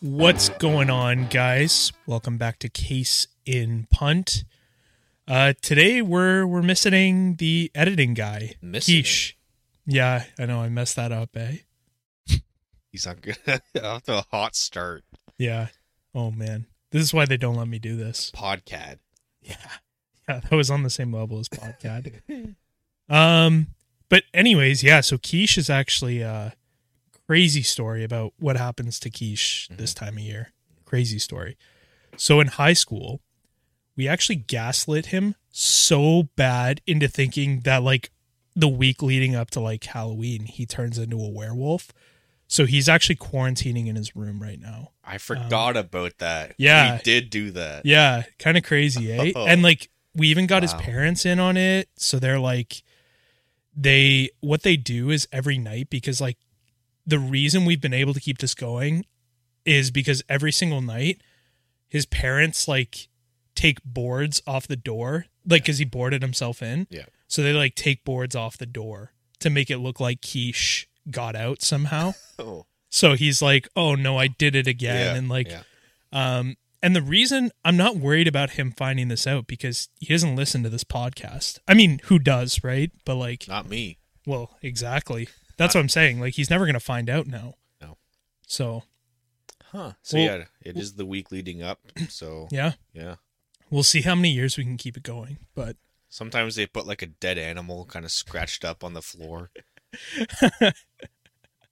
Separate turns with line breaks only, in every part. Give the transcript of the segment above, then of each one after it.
What's going on, guys? Welcome back to Case in Punt. Uh, today we're we're missing the editing guy,
Missing him.
Keish. Yeah, I know I messed that up, eh?
He's on good. off to a hot start.
Yeah. Oh man, this is why they don't let me do this.
Podcast.
Yeah, yeah, that was on the same level as podcast. um, but anyways, yeah. So Keish is actually a crazy story about what happens to Keish this time of year. Crazy story. So in high school, we actually gaslit him so bad into thinking that like the week leading up to like Halloween, he turns into a werewolf. So he's actually quarantining in his room right now.
I forgot about that.
Um, yeah.
We did do that.
Yeah, kind of crazy, eh?
Oh.
And like we even got his
Wow.
parents in on it, so they're like they what they do is every night because like the reason we've been able to keep this going is because every single night his parents like take boards off the door like cuz he boarded himself in.
Yeah.
So they like take boards off the door to make it look like Quiche got out somehow.
Oh,
so he's like, "Oh no, I did it again."
Yeah,
and like
yeah.
um, and the reason I'm not worried about him finding this out because he doesn't listen to this podcast. I mean, who does, right? But like,
not me.
well, exactly. That's what I'm saying. Like, he's never going to find out now.
No.
So,
Huh. So
Well-
yeah, it is the week leading up. So yeah.
yeah, we'll see how many years we can keep it going. But
Sometimes they put like a dead animal kind of scratched up on the floor.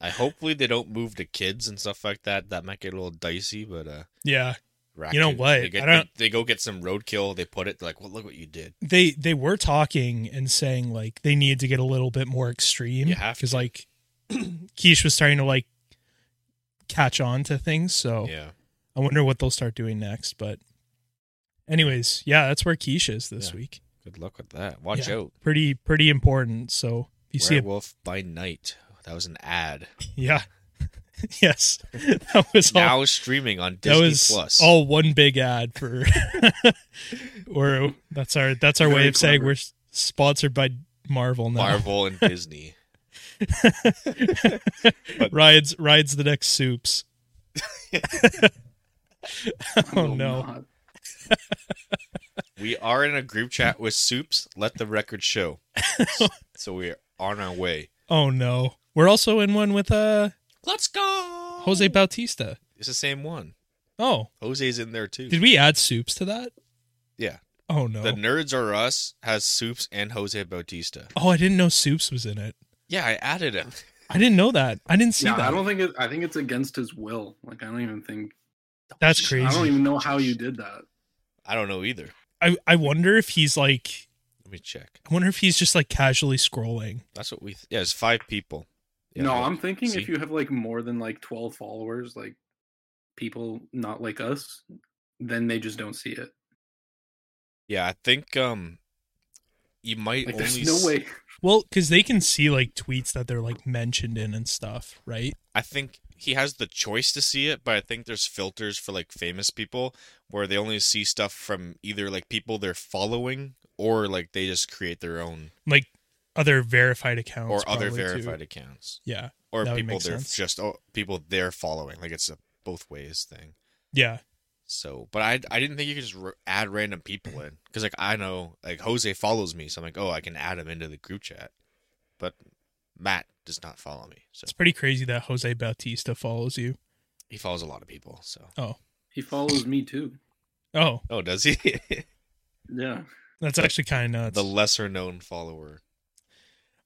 I hopefully they don't move to kids and stuff like that. That might get a little dicey, but uh
yeah,
raccoon-
know what?
They, get,
I don't-
they, they go get some roadkill, they put it like, Well look what you did.
they they were talking and saying like they need to get a little bit more extreme
You have
because like Keish was starting to like catch on to things. So
Yeah.
I wonder what they'll start doing next. But, anyways, yeah, that's where Keisha is this
Yeah.
week.
Good luck with that. Watch
Yeah.
out.
Pretty, pretty important. So if you Oh,
Werewolf by night. That was an ad.
see it, yeah, yes, that was all.
now streaming on
that
Disney
was
Plus.
all one big ad for, or that's our that's our way
Very
of saying
clever.
we're s- sponsored by Marvel now.
Marvel and Disney.
rides rides the next soups. oh
will
no!
not.
We are in a group chat with Soups. Let the record show. so we are on our way.
Oh no! We're also in one with uh
Let's go.
Jose Bautista.
It's the same one.
Oh,
Jose's in there too.
Did we add soups to that?
Yeah.
Oh no.
The Nerds Are Us has Soups and Jose Bautista.
oh, I didn't know soups was in it.
Yeah, I added him.
I didn't know that. I didn't see
Yeah,
that.
I don't think it. I think it's against his will. Like I don't even think.
That's crazy.
I don't even know how you did that.
I don't know either.
I, I wonder if he's like
Let me check.
I wonder if he's just like casually scrolling.
That's what we. Th- yeah, it's five people. Yeah,
no,
yeah.
I'm thinking if
See?
you have like more than like 12 followers, like people not like us, then they just don't see it.
Yeah, I think um, you might
Like
only.
there's no
s-
way.
Well, cuz they can see like tweets that they're like mentioned in and stuff, right?
I think he has the choice to see it, but I think there's filters for like famous people where they only see stuff from either like people they're following or like they just create their own
Like other verified accounts
or other
Oh, probably, too.
verified accounts
Yeah.
or
That would
people
make
they're
sense.
just oh, people they're following. Like it's a both ways thing.
Yeah.
So, but I I didn't think you could just r add random people in because like I know like Jose follows me, so I'm like oh I can add him into the group chat, but Matt does not follow me, so
It's pretty crazy that Jose Bautista follows you.
he follows a lot of people. So
He follows me too.
Oh,
oh does he?
Yeah.
that's actually kind of nuts.
the lesser known follower.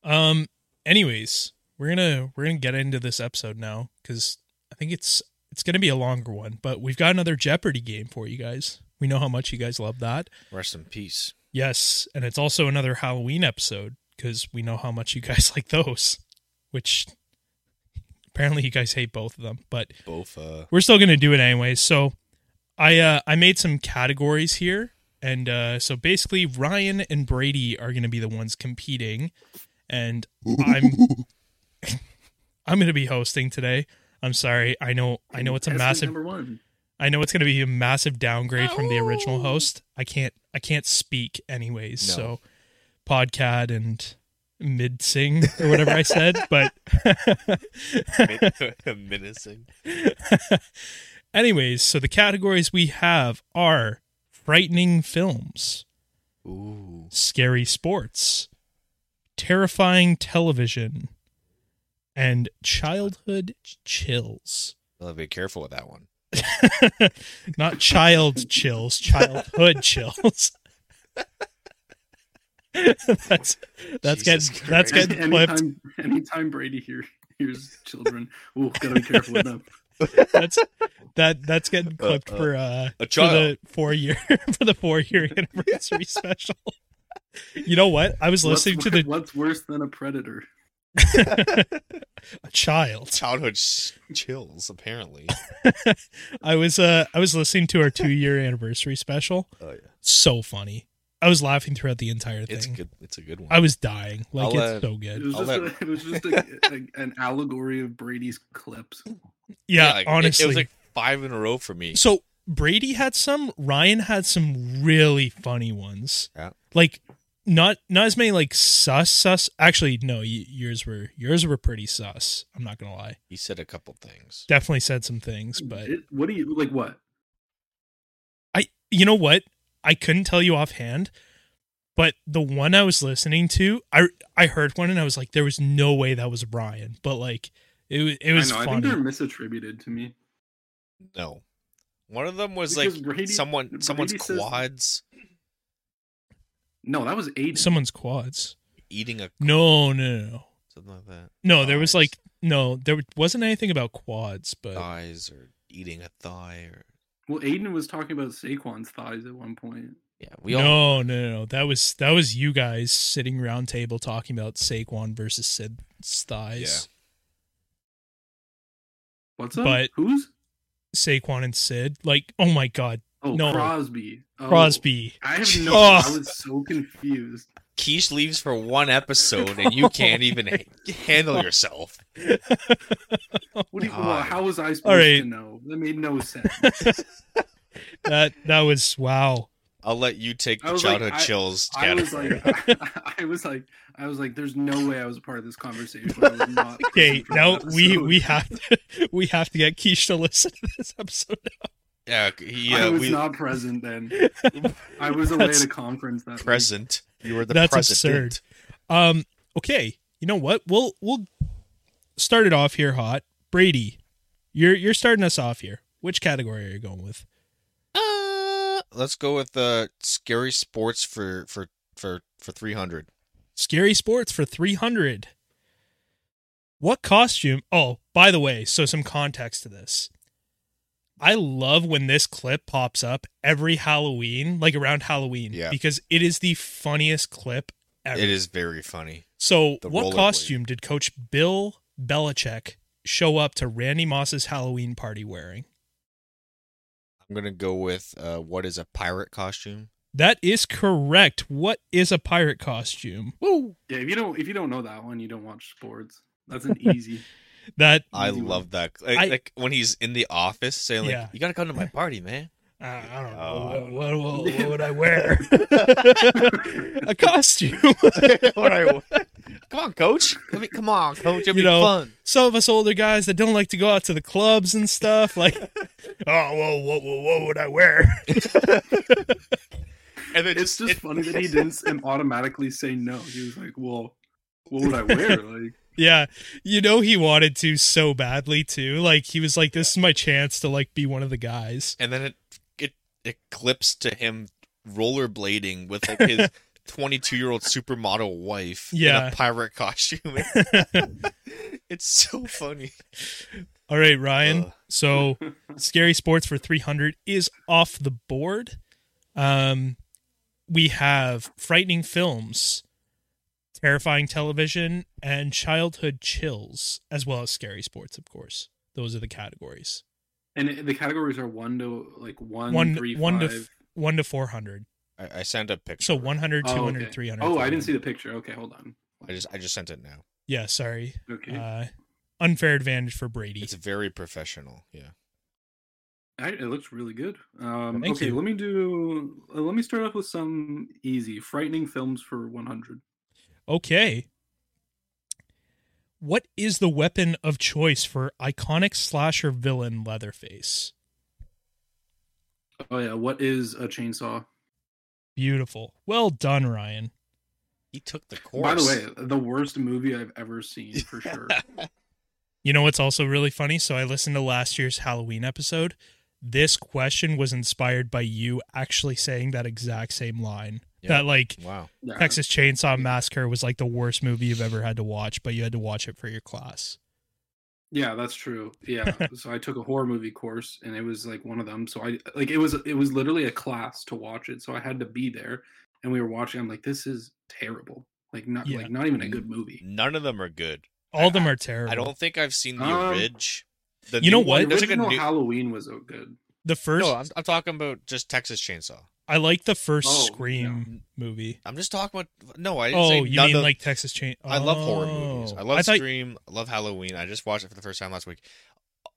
Um. Anyways, we're gonna we're gonna get into this episode now because I think it's it's gonna be a longer one, but we've got another Jeopardy game for you guys. We know how much you guys love that.
Rest in peace.
Yes, and it's also another Halloween episode because we know how much you guys like those, which apparently you guys hate both of them, but
Both uh
we're still gonna do it anyway. So I uh, I made some categories here, and uh, so basically Ryan and Brady are gonna be the ones competing, and I'm I'm gonna be hosting today. I'm sorry. I know I know it's a
Tesla
massive
number one.
I know it's gonna be a massive downgrade from the original host. I can't I can't speak anyways.
No.
So podcast and mid sing or whatever I said, but
menacing.
Anyways, so the categories we have are frightening films,
Ooh.
scary sports, terrifying television, and childhood chills.
I'll be careful with that one.
Not child chills, childhood chills. that's that's
Jesus
getting that's
Christ.
getting clipped.
anytime, anytime Brady here hears children, ooh, gotta be careful with them.
That's that that's getting clipped
uh,
for uh
A
for
child.
the four year for the four year anniversary special. You know what? I was
What's,
listening to
wor-
the
what's worse than a predator?
a child.
Childhood s- chills, apparently.
I was uh I was listening to our two year anniversary special.
Oh yeah,
So funny. I was laughing throughout the entire thing.
it's good. It's a good one.
I was dying. Like
I'll,
it's
uh,
so
It
good.
was
I'll
just, a, it was just a, a- an allegory of Brady's clips.
Yeah,
like, it-
honestly.
it, was like five in a row for me.
so Brady had some, Ryan had some really funny ones.
Yeah.
Like not not as many like sus sus. Actually, no, y- yours were yours were pretty sus. I'm not gonna lie.
He said a couple things.
Definitely said some things, but
It- what do you like? What?
I you know what? I couldn't tell you offhand, but the one I was listening to, I I heard one and I was like, there was no way that was Brian, but like it wa- it was
I know. I
funny.
think they're misattributed to me.
No, one of them was
Because
like
Brady-
someone someone's
Brady says-
quads
No, that was Aiden.
Someone's quads.
eating a
No, no, no, no.
something like that.
No, there was
Thighs.
like no, there wasn't anything about quads, but
Uh,
thighs or eating a thigh or
well, Aiden was talking about Saquon's thighs at one point.
yeah. We all
no, no, no, no. That was that was you guys sitting round table talking about Saquon versus Sid's thighs.
What's up?
But-
Who's?
Saquon and Sid, like, oh my god,
Oh,
no.
Crosby. Oh,
Crosby.
I have no.
Oh.
I was so confused.
Keish leaves for one episode and you can't even ha- handle yourself.
Oh
What do you, well,
God.
how was I supposed
right.
to know? That made no sense.
that that was wow.
I'll let you take
I
the
was like,
childhood
I-
chills
I was
category.
like, I, was like, I was like, there's no way I was a part of this conversation. I was not
Okay,
present for
now
that
we
episode.
we have to we have to get Keish to listen to this episode.
yeah, he, uh,
I was
we
not present then. I was away
That's-
at a conference that week.
present. You were the
That's
president.
Um, okay, you know what? We'll we'll start it off here hot. Brady, you're you're starting us off here. Which category are you going with?
Uh, let's go with uh, scary sports for for for for three hundred.
Scary sports for 300. What costume? Oh, by the way, so some context to this. I love when this clip pops up every Halloween, like around Halloween,
Yeah.
because it is the funniest clip ever.
It is very funny.
So,
The
what
rollerblade.
costume did Coach Bill Belichick show up to Randy Moss's Halloween party wearing?
I'm gonna go with uh, what is a pirate costume?
That is correct. What is a pirate costume? Woo!
Yeah, if you don't if you don't know that one, you don't watch sports. That's an easy.
That
I
Easy one.
love that. Like,
I-
like, when he's in the office saying, like,
Yeah.
"You gotta come to my party, man."
Uh, I don't know.
Oh.
What, what, what, what would I wear? a costume.
What I- come on, coach. I mean, come on, coach. It'll
You
be
know,
fun.
Some of us older guys that don't like to go out to the clubs and stuff, like, oh, well, what, what, what would I wear?
And then
It's
just,
just
it-
funny that he didn't s- automatically say no. He was like, "Well, what would I wear?" Like,
yeah, you know he wanted to so badly too. Like he was like, this is my chance to like be one of the guys.
and then it it it clips to him rollerblading with like his 22 year old supermodel wife
Yeah.
in a pirate costume. it's so funny.
All right,
Uh.
Ryan.
Ugh.
So, scary sports for 300 is off the board. Um, we have frightening films, terrifying television, and childhood chills, as well as scary sports, of course. Those are the categories.
and it, the categories are one to like one,
One-
three,
one to
five.
One to 400.
I, I sent a picture.
So 100,
Oh,
200,
okay.
300.
Oh, I didn't see the picture. Okay, hold on.
I just I just sent it now.
Yeah, sorry.
Okay,
Uh, unfair advantage for Brady.
It's very professional. Yeah.
I, it looks really good. Um,
Thank
okay,
you.
let me do. uh, let me start off with some easy, frightening films for 100.
Okay. What is the weapon of choice for iconic slasher villain Leatherface?
Oh yeah, what is a chainsaw?
Beautiful. Well done, Ryan.
He took the course.
By the way, the worst movie I've ever seen for sure.
You know what's also really funny? So I listened to last year's Halloween episode. This question was inspired by you actually saying that exact same line.
Yeah.
That like
wow.
Yeah.
Texas Chainsaw Massacre was like the worst movie you've ever had to watch, but you had to watch it for your class.
Yeah, that's true. Yeah. so I took a horror movie course and it was like one of them. So I like it was it was literally a class to watch it. So I had to be there and we were watching. I'm like, this is terrible. Like not
Yeah.
like not even a good movie.
None of them are good.
All of
I-
them are terrible.
I don't think I've seen the
Um,
Ridge. The
you know
new
what?
one.
The
There's like a
original
new.
Halloween was so good.
the first
No, I'm, I'm talking about just Texas Chainsaw.
I like the first
Oh,
Scream movie.
I'm just talking about. No, I didn't
Oh,
say
you
none
mean
of-
like Texas Chain?
I love horror
Oh.
movies. I love
thought-
Scream. I love Halloween. I just watched it for the first time last week.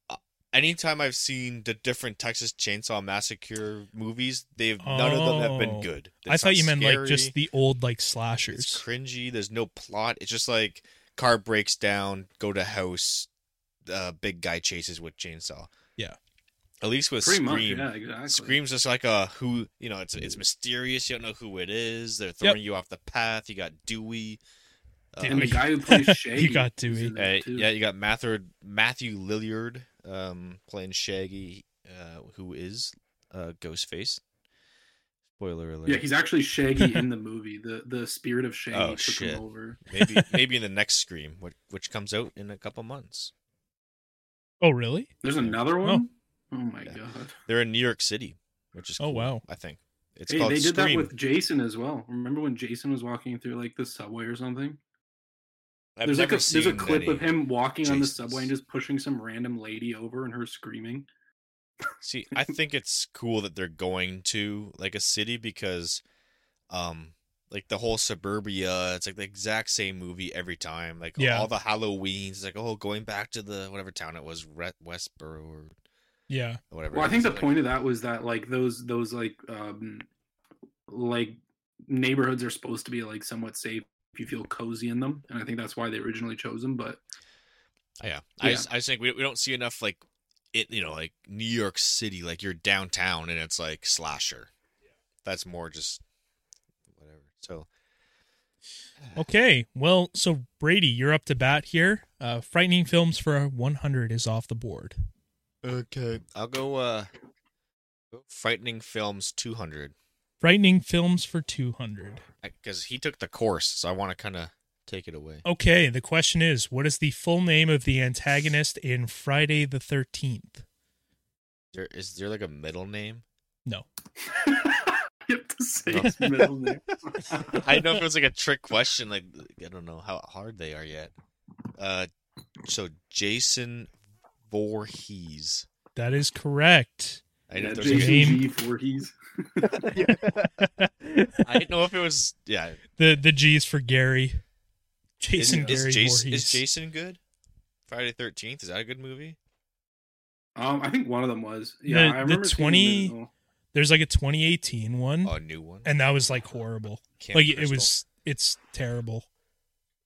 Uh, Anytime I've seen the different Texas Chainsaw Massacre movies, they've none of them have
Oh.
been good.
I
It's
thought
not
you meant like
scary.
just the old like slashers.
It's cringy. There's no plot. It's just like car breaks down, go to house, uh, big guy chases with chainsaw.
Yeah.
At least with
Pretty
Scream,
much, yeah, exactly.
Scream's just like a who you know. It's it's mysterious. You don't know who it is. They're throwing you off the path. You got Dewey.
And the
Dewey.
guy who plays Shaggy.
got
is in
Dewey.
that
Uh,
too.
yeah, you got Matthew Matthew Lilliard um, playing Shaggy, uh, who is uh, Ghostface. Spoiler alert.
Yeah, he's actually Shaggy in the movie. The the spirit of Shaggy
Oh,
took
shit.
him over.
maybe maybe in the next Scream, which, which comes out in a couple months.
oh, really?
There's another one? Oh, my
Yeah.
god.
They're in New York City, which is
Oh,
cool,
wow.
I think it's
Hey,
called
they did
Scream.
that with Jason as well. Remember when Jason was walking through like the subway or something?
I've
there's like
never
a there's a
seen
clip of
any-
him walking on the
Jasons.
subway and just pushing some random lady over and her screaming.
See, I think it's cool that they're going to like a city because, um, like the whole suburbia, it's like the exact same movie every time. Like
Yeah.
all the Halloweens, it's like oh, going back to the whatever town it was, Re- Westboro or
Yeah.
whatever.
Well,
it
I think
is,
the
like-
point of that was that like those those like um like neighborhoods are supposed to be like somewhat safe if you feel cozy in them, and I think that's why they originally chose them. But
Oh, yeah, I
Yeah.
just, I just think we we don't see enough like it, you know, like New York City, like you're downtown and it's like slasher. That's more just whatever. So
Okay. Well, so Brady, you're up to bat here. Uh, Frightening films for 100 is off the board.
okay, I'll go. uh Frightening films two hundred.
Frightening films for 200.
because he took the course, so I want to kind of take it away.
Oh.
Okay. The question is, what is the full name of the antagonist in Friday the 13th?
There is there like a middle name?
No.
you have to say his middle name.
I don't know if it was like a trick question. Like I don't know how hard they are yet. Uh, so Jason Voorhees.
That is correct.
I didn't,
Yeah,
know if there was like
name.
Jason G. Voorhees.
the
a- I didn't know if it was. Yeah,
the G is for Gary.
is,
Jason
is
Gary
Jason
Voorhees.
is Jason good? Friday Thirteenth is that a good movie?
Um, I think one of them was. Yeah,
The-
I
the
remember seeing
20
original.
There's like a 2018 one,
Oh, a new one.
Hmm. and that was like horrible.
Camp
like it
Crystal.
was, it's terrible.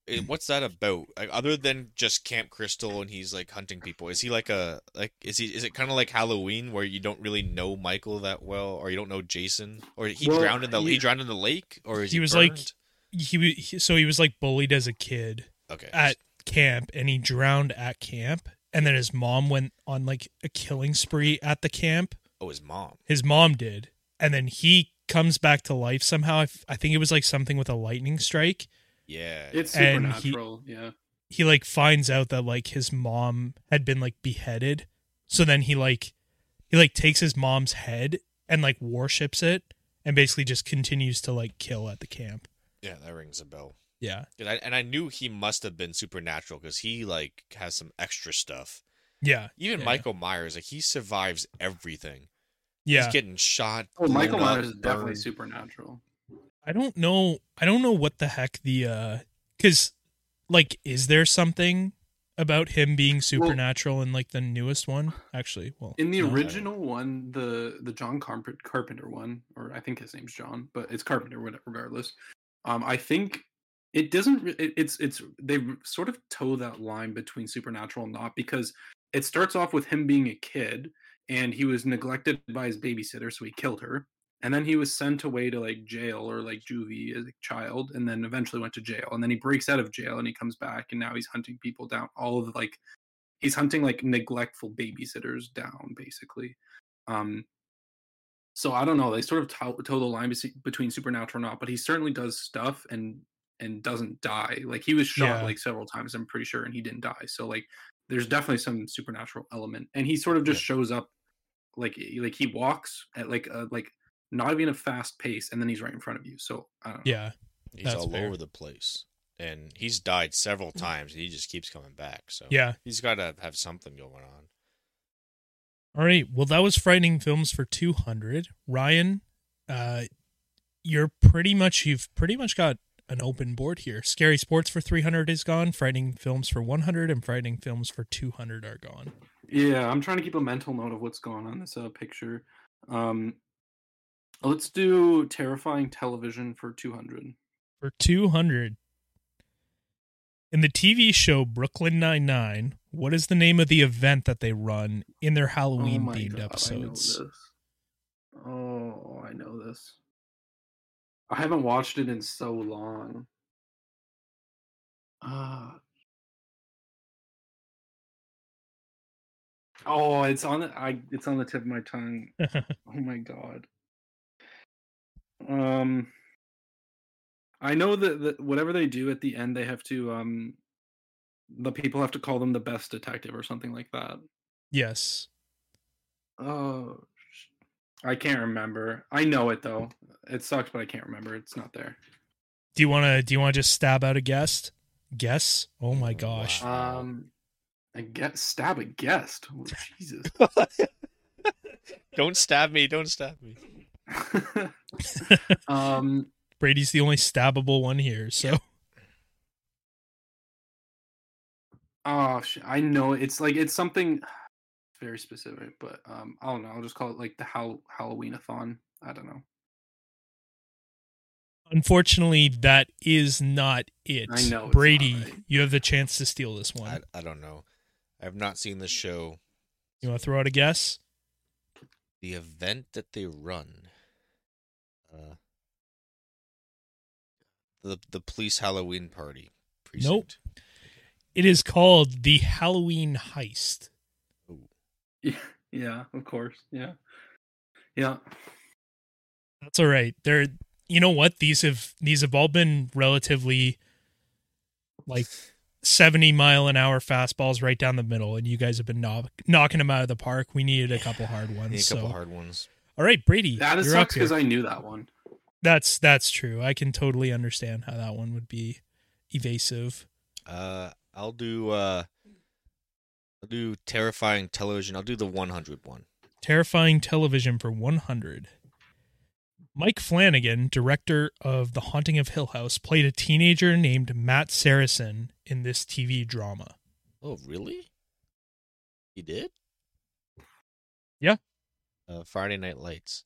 Eh, What's that about? Like other than just Camp Crystal and he's like hunting people. Is he like a like is he is it kind of like Halloween where you don't really know Michael that well or you don't know Jason or he
Well,
drowned in the he
he-
drowned in the lake or is he,
He was, like,
burned?
He, wa- he so he was like bullied as a kid
like okay
at camp, and he drowned at camp. And then his mom went on like a killing spree at the camp.
oh his mom
His mom did, and then he comes back to life somehow. I, f- I think it was like something with a lightning strike.
yeah
It's
And he-
supernatural. Yeah.
he like finds out that like his mom had been like beheaded so then he like he like takes his mom's head and like worships it and basically just continues to like kill at the camp
yeah that rings a bell
yeah
and I, and I knew he must have been supernatural because he like has some extra stuff
yeah
even
Yeah.
Michael Myers like he survives everything
yeah
he's getting shot
Oh,
blown
Michael
up,
Myers is definitely
burned.
supernatural.
i don't know i don't know what the heck the uh because like is there something about him being supernatural in like the newest one actually well
In the
no.
original one, the the John Carpenter, Carpenter one, or I think his name's John, but it's Carpenter, what- regardless. Um, I think it doesn't. re- It, it's it's they r- sort of toe that line between supernatural and not because it starts off with him being a kid and he was neglected by his babysitter, so he killed her. And then he was sent away to like jail or like juvie as a child, and then eventually went to jail. And then he breaks out of jail and he comes back, and now he's hunting people down. All of like, he's hunting like neglectful babysitters down, basically. Um, so I don't know. They sort of toe, toe the line bes- between supernatural or not, but he certainly does stuff and and doesn't die. Like he was shot
Yeah.
like several times, I'm pretty sure, and he didn't die. So like, there's definitely some supernatural element, and he sort of just shows up, like eh, like he walks at like a like not even a fast pace, and then he's right in front of you. So I don't know.
Yeah.
He's
That's
all
fair. Mm.
over the place, and he's died several times, and he just keeps coming back. So
Yeah.
he's got to have something going on.
All right. Well, that was frightening films for 200. Ryan, uh, you're pretty much you've pretty much got an open board here. Scary Sports for 300 is gone. Frightening films for 100 and frightening films for 200 are gone.
Yeah, I'm trying to keep a mental note of what's going on this uh, picture. Um, let's do terrifying television for 200.
For 200. In the TV show Brooklyn Nine Nine, what is the name of the event that they run in their Halloween themed episodes?
Oh I know this. Oh, I know this. I haven't watched it in so long. Uh, oh, it's on the I it's on the tip of my tongue. oh my god. Um I know that, that whatever they do at the end they have to um the people have to call them the best detective or something like that.
Yes.
Oh, sh- I can't remember. I know it though. It sucks, but I can't remember. It's not there.
Do you want to do you want to just stab out a guest? Guess? Oh my gosh.
Wow.
Um, I guess stab a guest. Oh, Jesus.
Don't stab me! Don't stab me!
um,
Brady's the only stabbable one here. So
oh, sh- I know it's like it's something very specific, but um, I don't know. I'll just call it like the Hall- Halloweenathon. I don't know.
unfortunately, that is not it.
I know it's
Brady,
not right.
you have the chance to steal this one.
I, I don't know. I've not seen the show.
you want to throw out a guess?
The event that they run. Uh, the the police Halloween party.
Nope. It is called the Halloween Heist.
Yeah, of course. Yeah, yeah.
That's all right. They're you know what? These have these have all been relatively like 70 mile an hour fastballs right down the middle and you guys have been knock, knocking them out of the park. We needed a couple hard
I
ones.
need a couple
so.
hard ones.
All right, Brady,
That
you're up
sucks
here.
because I knew that one.
That's that's true. I can totally understand how that one would be evasive.
Uh, I'll do uh, I'll do terrifying television. I'll do the 100 one.
Terrifying television for 100. Mike Flanagan, director of The Haunting of Hill House, played a teenager named Matt Saracen in this TV drama.
Oh, really? He did?
Yeah.
Uh, Friday Night Lights.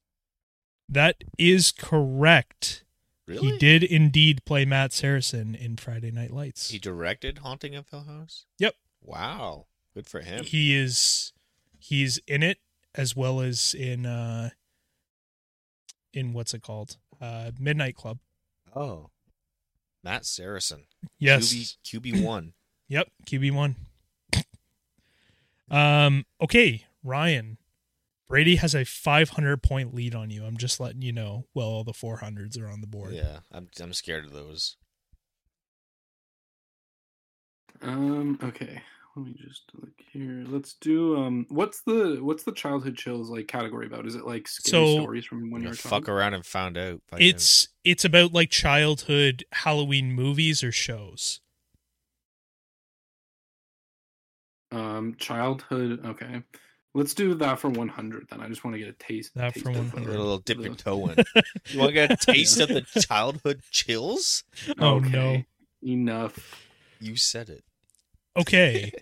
That is correct.
Really?
He did indeed play Matt Saracen in Friday Night Lights.
He directed Haunting of Hill House.
Yep.
Wow. Good for him.
he is he's in it as well as in uh in what's it called? Uh Midnight Club.
oh, Matt Saracen.
Yes.
QB one.
Yep, QB one. um. Okay, Ryan. Brady has a 500 point lead on you. I'm just letting you know. Well, all the 400s are on the board.
yeah, I'm I'm scared of those.
Um. Okay. Let me just look here. Let's do. Um. What's the What's the childhood chills like category about? Is it like scary
So-
stories from
I'm
when you were
gonna
a
fuck
child?
around and found out. if I can-
It's it's about like childhood Halloween movies or shows.
Um. Childhood. Okay. Let's do that for 100. Then I just want to get a taste.
That
taste
for
of
100.
a
the-
little dip your
the-
toe in. You want to get a taste of the childhood chills?
Oh,
Okay, Enough.
You said it.
Okay.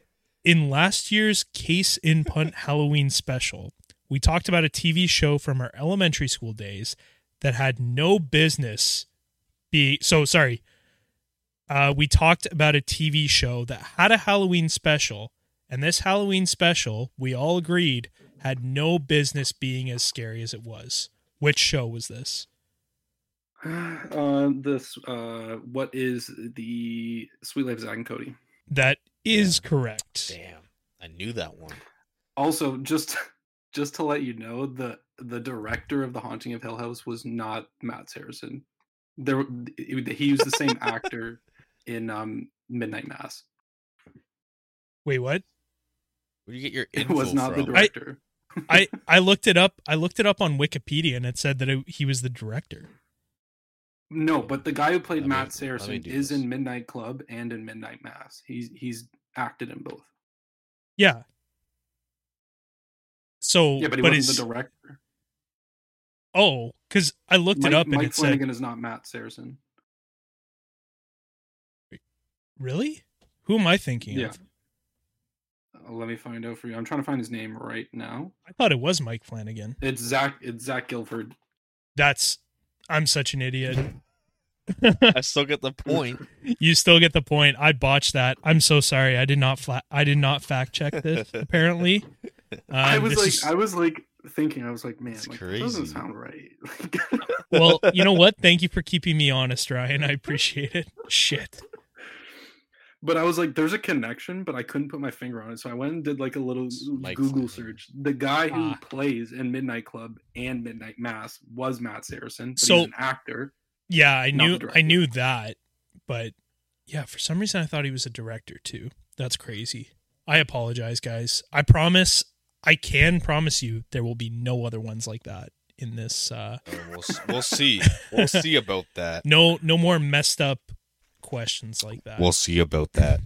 in last year's Case in Punt Halloween special, we talked about a TV show from our elementary school days that had no business be so sorry. Uh, we talked about a TV show that had a Halloween special, and this Halloween special, we all agreed, had no business being as scary as it was. Which show was this?
Uh, this uh, what is the Sweet Life of Zack and Cody?
That is correct.
Damn, I knew that one.
Also, just just to let you know, the the director of The Haunting of Hill House was not Matt Saracen. There, it- he used the same actor in um, Midnight Mass.
Wait, what?
Where do you get your
It
info
was not the
from?
I-
director.
I I looked it up. I looked it up on Wikipedia, and it said that it, he was the director.
No, but the guy who played
Let me-
Matt
let me
Saracen
do
is
this.
in Midnight Club and in Midnight Mass. He's he's acted in both.
Yeah. So,
Yeah, but he
it's
wasn't the director.
oh, because I looked
Mike,
it up and
Mike
it said
Flanagan is not Matt Saracen.
really. Who am I thinking
Yeah.
of?
Uh, let me find out for you. I'm trying to find his name right now.
I thought it was Mike Flanagan.
It's Zach. It's Zach Guilford.
That's I'm such an idiot.
I still get the point.
you still get the point. I botched that. I'm so sorry. I did not fla- I did not fact check this. Apparently, um,
I was
this
like,
is-
I was like thinking, I was like, man,
That's
like, that doesn't
crazy.
sound right.
well, you know what? Thank you for keeping me honest, Ryan. I appreciate it. Shit.
but I was like, there's a connection, but I couldn't put my finger on it. So I went and did like a little
Mike
Google
Flanagan.
search. The guy who
Ah.
plays in Midnight Club and Midnight Mass was Matt Saracen. But
So-
he's an actor.
Yeah, I
Not
knew
the
I knew that, but yeah, for some reason I thought he was a director too. That's crazy. I apologize, guys. I promise I can promise you there will be no other ones like that in this uh
Uh, we'll, s- we'll see. We'll see about that.
no no more messed up questions like that.
We'll see about that.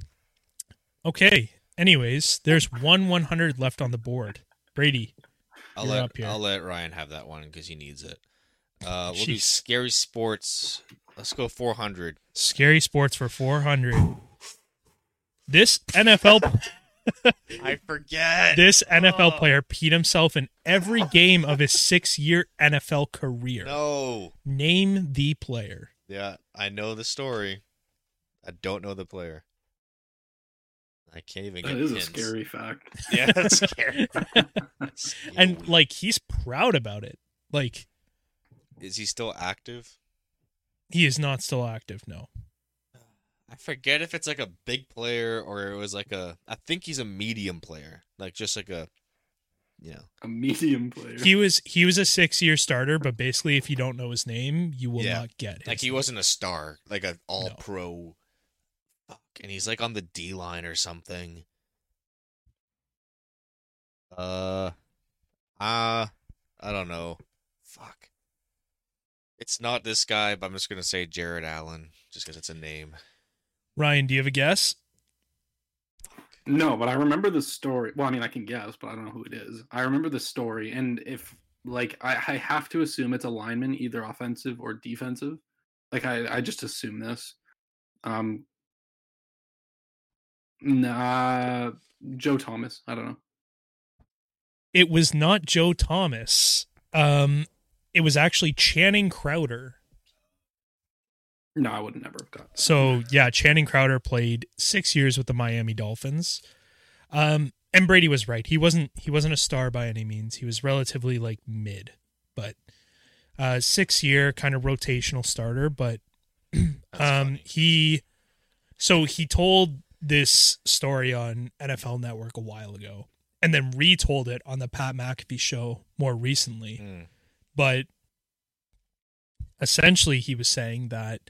Okay. Anyways, there's one 100 left on the board. Brady.
I'll
You're
let
up here.
I'll let Ryan have that one because he needs it. Uh, we'll do
Jeez.
scary sports. Let's go 400.
Scary sports for 400. This NFL
I forget.
this
Oh.
NFL player peed himself in every game of his 6-year NFL career.
No.
Name the player.
Yeah, I know the story. I don't know the player. I can't even
That
get
is a
hints.
scary fact.
Yeah, that's scary.
and like he's proud about it. Like
is he still active?
he is not still active, no.
I forget if it's like a big player or it was like a. I think he's a medium player, like just like a, you know.
A medium player.
He was he was a 6-year starter, but basically if you don't know his name, you will
Yeah.
not get it.
Like he wasn't a star, like an all
No.
pro. Fuck, and he's like on the D line or something. Uh, uh, I don't know. Fuck. It's not this guy, but I'm just gonna say Jared Allen, just because it's a name.
Ryan, do you have a guess?
No, but I remember the story. Well, I mean, I can guess, but I don't know who it is. I remember the story, and if like I, I have to assume it's a lineman, either offensive or defensive. Like I, I just assume this. Um, nah, Joe Thomas. I don't know.
it was not Joe Thomas. Um, it was actually Channing Crowder.
No, I would never have got. that.
So yeah, Channing Crowder played six years with the Miami Dolphins. Um, and Brady was right. He wasn't he wasn't a star by any means. He was relatively like mid, but uh, six year kind of rotational starter. But
That's
um,
funny.
he so he told this story on NFL Network a while ago, and then retold it on the Pat McAfee show more recently.
Hmm.
but essentially he was saying that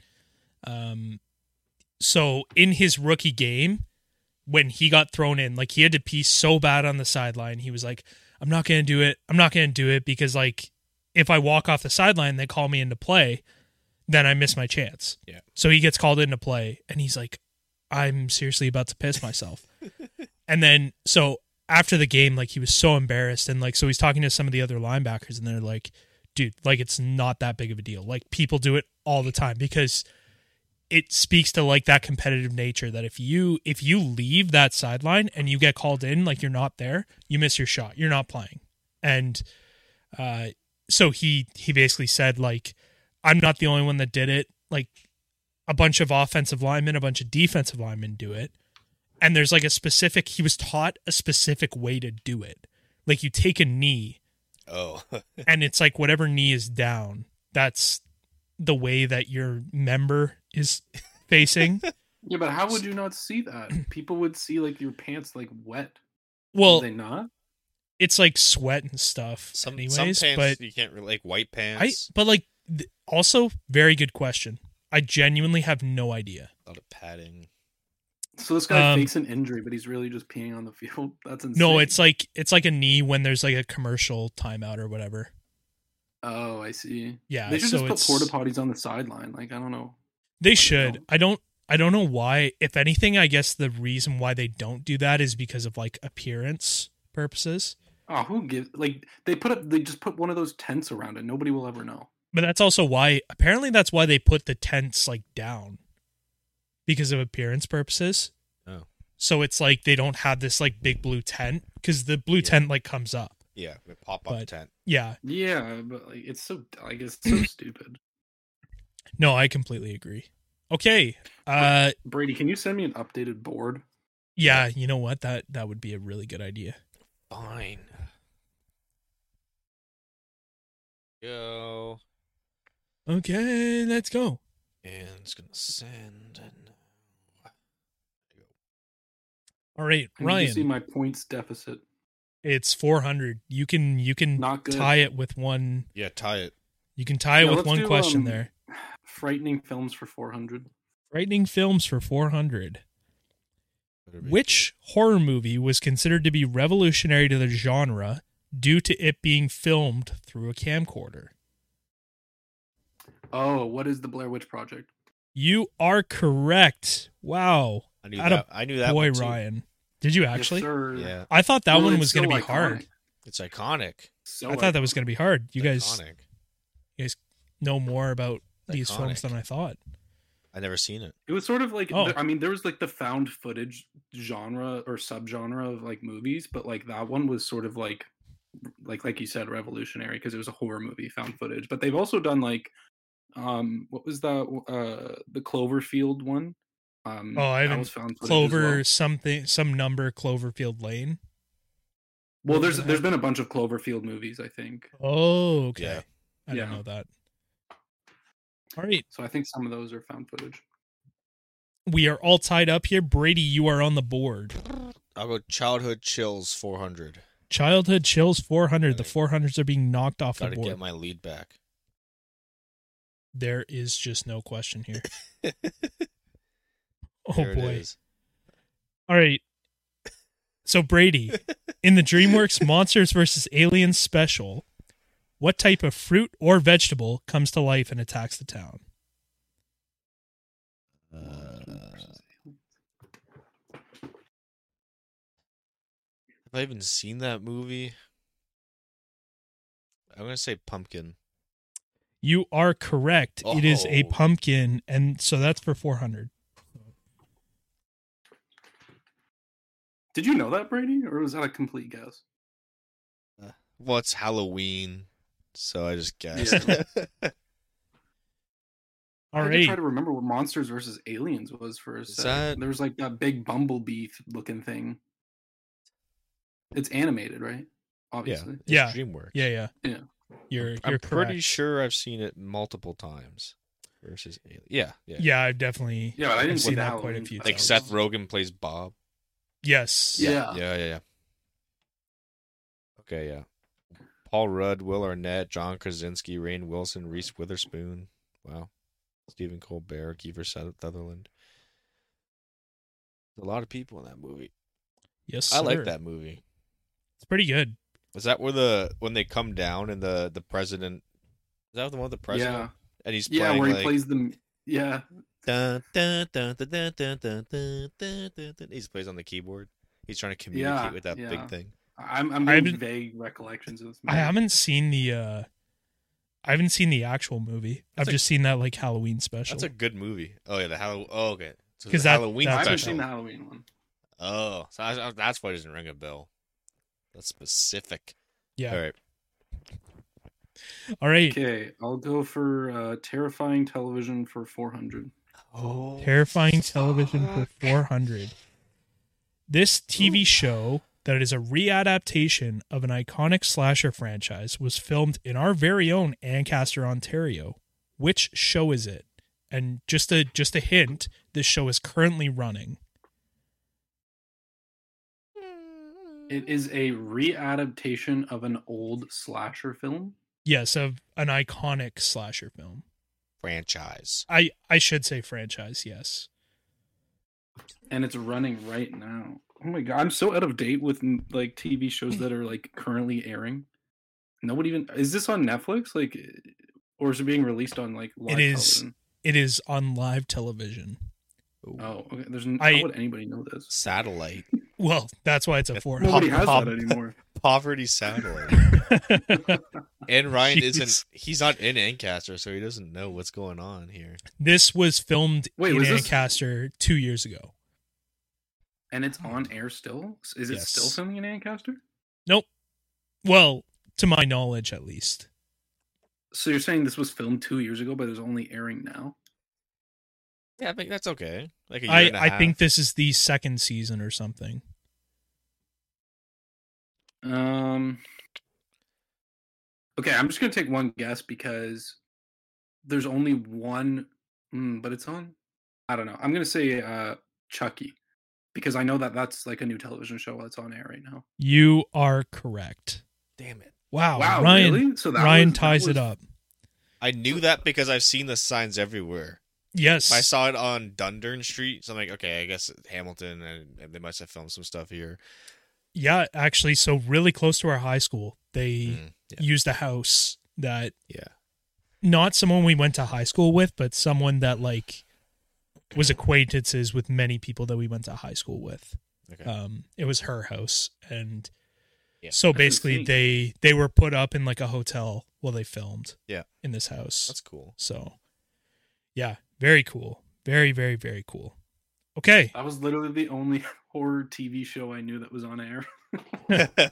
um so in his rookie game when he got thrown in like he had to pee so bad on the sideline he was like i'm not gonna do it i'm not gonna do it because like if i walk off the sideline they call me into play then i miss my chance
Yeah.
so he gets called into play and he's like i'm seriously about to piss myself and then so after the game like he was so embarrassed and like so he's talking to some of the other linebackers and they're like dude, like it's not that big of a deal. Like people do it all the time because it speaks to like that competitive nature that if you if you leave that sideline and you get called in like you're not there, you miss your shot. You're not playing. And uh so he he basically said like I'm not the only one that did it. Like a bunch of offensive linemen, a bunch of defensive linemen do it. And there's like a specific he was taught a specific way to do it like you take a knee
Oh,
and it's like whatever knee is down that's the way that your member is facing
Yeah, but how would you not see that? People would see like your pants like wet.
well
Would they not?
it's like sweat and stuff
some
anyways
some pants
but
you can't really like white
i
pants.
but like th- also very good question i genuinely have no idea
a lot of padding.
So this guy
Um,
fakes an injury, but he's really just peeing on the field. That's insane.
no it's like it's like a knee when there's like a commercial timeout or whatever
oh, I see.
yeah
they should
so
just
it's
put porta potties on the sideline. Like I don't know.
They
Like,
should.
no.
I don't. I don't know why. If anything, I guess the reason why they don't do that is because of like appearance purposes.
Oh, who gives? Like they put up. They just put one of those tents around it. Nobody will ever know.
But that's also why. Apparently, that's why they put the tents like down because of appearance purposes.
Oh.
So it's like they don't have this like big blue tent because the blue
Yeah.
tent like comes up.
Yeah, pop up
But-
tent.
Yeah.
Yeah, but like it's so. I guess it's so stupid.
No, I completely agree. Okay. Uh.
Brady, can you send me an updated board?
Yeah. You know what? That that would be a really good idea.
Fine. Go
Okay. Let's go.
and it's gonna send. And...
All right,
I need to see
Ryan.
my points deficit.
It's four hundred. You can you can
Not good.
tie it with one.
Yeah, tie it.
You can tie
Yeah,
it with
let's
one
do,
question
um,
there.
Frightening films for four hundred.
Frightening films for 400.
Better be
Which horror movie was considered to be revolutionary to the genre due to it being filmed through a camcorder?
Oh, what is the Blair Witch Project?
You are correct. Wow.
good. I knew
Atta
that. I knew that.
Boy,
one too.
Ryan. Did you
Yes,
actually?
sir.
Yeah,
I thought that
Well,
one
it's
was going to
so
be hard.
iconic.
it's iconic.
So
I thought that was
iconic.
going to be hard. You
It's
guys
iconic.
know more about these films
Iconic.
than I thought.
I never seen it.
It was sort of like
Oh.
th- I mean, there was like the found footage genre or subgenre of like movies, but like that one was sort of like like like you said, revolutionary because it was a horror movie, found footage. But they've also done like um what was that uh the Cloverfield one? Um
Oh, I
that
haven't-
was found footage as
Clover
well.
something some number Cloverfield Lane.
Well, there's there's been a bunch of Cloverfield movies, I think.
Oh, okay.
Yeah.
I don't
Yeah.
know that. All right.
So I think some of those are found footage.
We are all tied up here. Brady, you are on the board.
I'll go childhood chills 400.
Childhood chills 400. The
Okay.
400s are being knocked off the
Gotta
board.
get my lead back.
there is just no question here. oh
There it
boy.
is.
All right. So Brady, in the DreamWorks Monsters vs. Aliens special, what type of fruit or vegetable comes to life and attacks the town?
Have I even seen that movie? I'm gonna say pumpkin.
You are correct. It is a
Oh.
pumpkin, and so that's for 400.
Did you know that, Brady? Or was that a complete guess?
Well, it's Halloween, so I just guessed.
All
I
right.
had to try to remember what Monsters versus Aliens was for a
Is
second.
that-
There was like that big bumblebee th- looking thing. It's animated, right? Obviously.
it's
Yeah.
DreamWorks.
Yeah, yeah.
Yeah.
You're you're
I'm pretty
correct.
sure I've seen it multiple times. Versus, Ali- yeah, yeah.
Yeah, I've definitely
Yeah, but I didn't
I've
see
seen
the
that
Halloween
quite a few
part.
times.
Like Seth Rogen plays Bob.
Yes.
Yeah.
yeah, yeah, yeah. Okay, yeah. Paul Rudd, Will Arnett, John Krasinski, Rain Wilson, Reese Witherspoon. Wow. Stephen Colbert, Kiefer Sutherland. A lot of people in that movie.
Yes.
I like
sir.
that movie.
It's pretty good.
Is that where the when they come down and the the president? Is that the one with the president?
Yeah.
And he's
Yeah,
playing
where he
like
plays the yeah.
dun, dun, dun, dun, dun, dun, dun, dun, dun, dun, dun. he plays on the keyboard. He's trying to communicate
Yeah,
with that
yeah.
big thing.
I'm I'm
I
getting
haven't-
vague recollections of this
I
movie.
haven't seen the uh I haven't seen the actual movie. I've
That's a-
just seen that like Halloween special.
That's a good movie. Oh yeah, the Halloween. Oh okay, so
'Cause
the
that-
Halloween
I
that's-
haven't
special.
seen the Halloween one.
Oh, so I, I- that's why it doesn't ring a bell. That's specific.
yeah.
All right,
All right.
Okay, I'll go for uh, terrifying television for 400.
Oh,
Terrifying television for 400. This TV show that it is a readaptation of an iconic slasher franchise was filmed in our very own Ancaster, Ontario. Which show is it? And just a just a hint, this show is currently running.
It is a readaptation of an old slasher film.
Yes, of an iconic slasher film.
franchise.
I I should say franchise, yes.
and it's running right now. Oh my god, I'm so out of date with m- like TV shows that are like currently airing. Nobody even is this on Netflix, like, eh, or is it being released on like live
is.
television?
It is on live television.
Ooh.
Oh, okay. There's n-
I-
how would anybody know this?
Satellite.
Well, that's why it's a
That's
four.
Nobody has
Pop-
that anymore.
Poverty satellite. and Ryan
Jeez.
isn't he's not in Ancaster, so he doesn't know what's going on here.
this was filmed
Wait,
in
was this-
Ancaster two years ago.
And it's on air still. S- Is it still
Yes.
filming in Ancaster?
Well, to my knowledge, at least.
So you're saying this was filmed two years ago, but it's only airing now?
Yeah, I think that's okay. Like a year
I,
and a
I
half.
think this is the second season or something.
Um. Okay, I'm just gonna take one guess because there's only one, mm, but it's on. I don't know. I'm gonna say uh, Chucky because I know that that's like a new television show that's on air right now.
You are correct.
Damn it!
Wow, Oh, Ryan.
really? So that
Ryan
was- that
ties it
was-
up.
I knew that because I've seen the signs everywhere.
Yes.
I saw it on Dundurn Street, so I'm like, okay, I guess Hamilton, and, and they must have filmed some stuff here.
Yeah, actually, so really close to our high school, they
Mm, yeah.
used a house that
Yeah.
not someone we went to high school with, but someone that like was acquaintances with many people that we went to high school with.
Okay.
Um, it was her house, and
Yeah.
so
That's
basically
insane.
they they were put up in like a hotel while they filmed.
Yeah.
in this house.
That's cool.
so, yeah, very cool, very very very cool. Okay,
That was literally the only horror TV show I knew that was on air.
I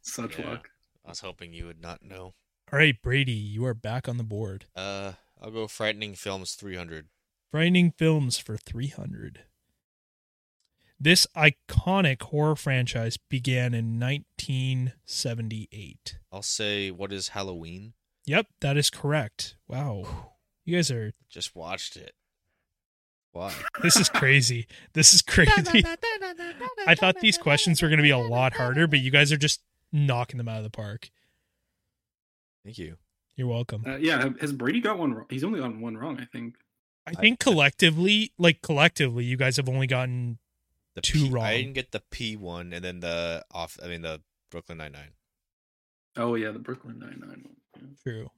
Such
Yeah.
luck.
was hoping you would not know.
all right, Brady, you are back on the board.
Uh, I'll go frightening films 300.
Frightening Films for 300. This iconic horror franchise began in 1978.
I'll say what is Halloween.
Yep, that is correct. Wow. You guys are
Just watched it. Why?
this is crazy. This is crazy. I thought these questions were going to be a lot harder, but you guys are just knocking them out of the park.
Thank you.
You're welcome.
Uh, yeah, has Brady got one wrong? He's only gotten one wrong, I think.
I think collectively, like collectively, you guys have only gotten
The
Too
P-
wrong.
I didn't get the P one, and then the off. I mean the Brooklyn Nine Nine
Oh yeah, the Brooklyn Nine Nine.
true.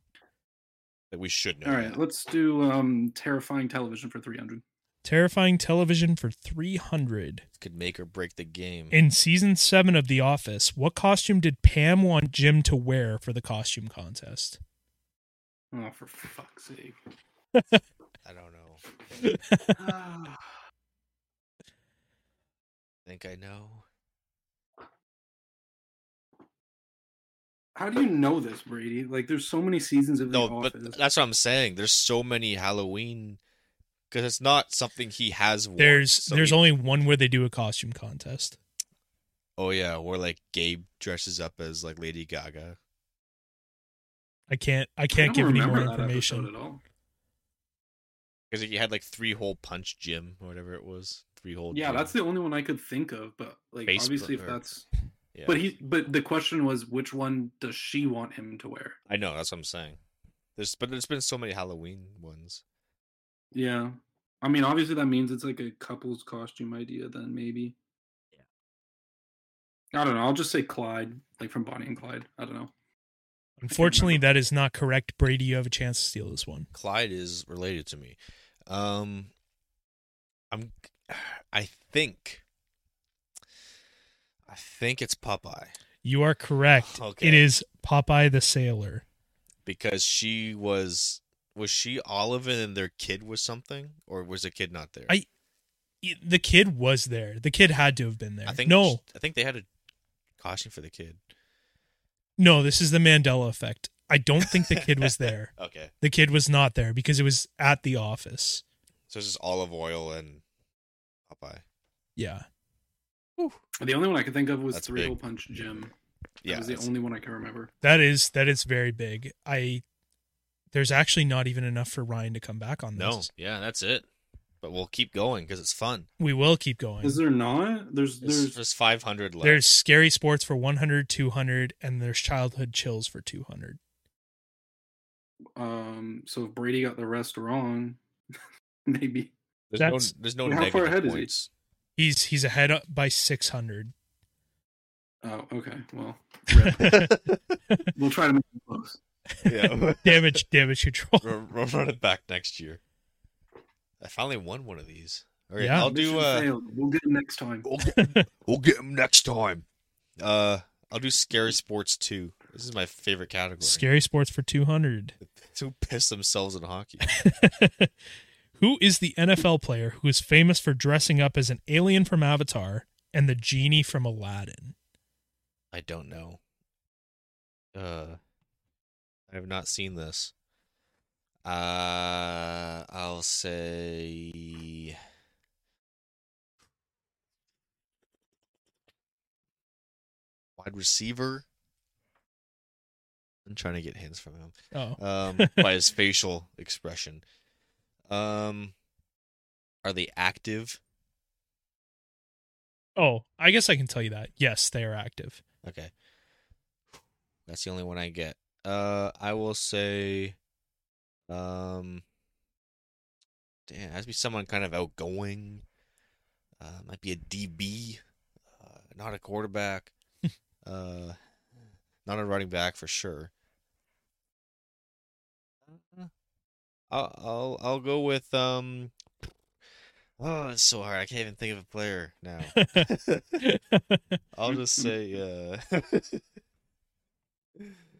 that we should know.
All right,
that.
let's do um, terrifying television for 300.
Terrifying television for 300.
could make or break the game.
In season seven of The Office, what costume did Pam want Jim to wear for the costume contest?
Oh, for fuck's sake.
I don't know. I
Ah,
think I know.
How do you know this, Brady? Like, there's so many seasons of The
No,
Office.
but that's what I'm saying. There's so many Halloween because it's not something he has. Worn,
There's
so
there's
he-
only one where they do a costume contest.
Oh yeah, where like Gabe dresses up as like Lady Gaga.
I can't I
I
can't
don't
give any
remember
more
that episode
information.
At all.
Because he had like three hole punch Jim or whatever it was. Three hole.
Yeah, that's the only one I could think of. But like,
Facebook
obviously, if
or-
that's
Yeah.
but he but the question was, which one does she want him to wear?
I know. That's what I'm saying. There's but there's been so many Halloween ones.
Yeah, I mean, obviously, that means it's like a couple's costume idea. Then maybe. I don't know. I'll just say Clyde, like from Bonnie and Clyde. I don't know.
Unfortunately,
remember.
that is not correct. Brady, you have a chance to steal this one.
Clyde is related to me. Um, I'm, I think, I think it's Popeye
You are
Oh,
correct.
Okay.
It is Popeye the Sailor.
because she was was she Olive and then their kid was something or was the kid not there?
I- Y- The kid was there. The kid had to have been there.
I think
no,
I think they had a costume for the kid.
no, this is the Mandela effect. I don't think the kid was there.
Okay,
The kid was not there because it was at the office.
so it's just olive oil and Popeye.
Yeah.
The only one I could think of was
That's
Three
big.
Hole Punch Jim. That
Yeah,
was the
that's-
only one I can remember.
That is that is very big. I there's actually not even enough for Ryan to come back on this.
no, yeah, that's it. But we'll keep going because it's fun.
We will keep going.
Is there not? There's
There's,
there's
there's 500 left.
There's scary sports for 100, 200, and there's childhood chills for 200.
um. So if Brady got the rest wrong, maybe
There's
That's-
no, there's no
How
negative
far ahead is he?
points.
He's he's ahead up by 600.
Oh, okay. Well, rip. we'll try to make it close.
yeah,
damage damage control.
we'll, we'll run it back next year. I finally won one of these. All right,
Yeah.
I'll do.
Mission
Uh,
failed. We'll get it next time.
we'll, get, we'll get 'em next time. Uh, I'll do scary sports too. This is my favorite category.
Scary sports for 200.
Who piss themselves in hockey?
who is the NFL player who is famous for dressing up as an alien from Avatar and the genie from Aladdin?
I don't know. Uh, I have not seen this. Uh, I'll say. Wide receiver. I'm trying to get hints from him.
Oh,
Um, by his facial expression. Um, are they active?
oh, I guess I can tell you that. Yes, they are active.
Okay. That's the only one I get. Uh I will say um damn, it has to be someone kind of outgoing. Uh might be a DB, uh, not a quarterback. uh not a running back for sure. Uh, I'll I'll I'll go with um Oh, it's so hard. I can't even think of a player now. I'll just say, uh,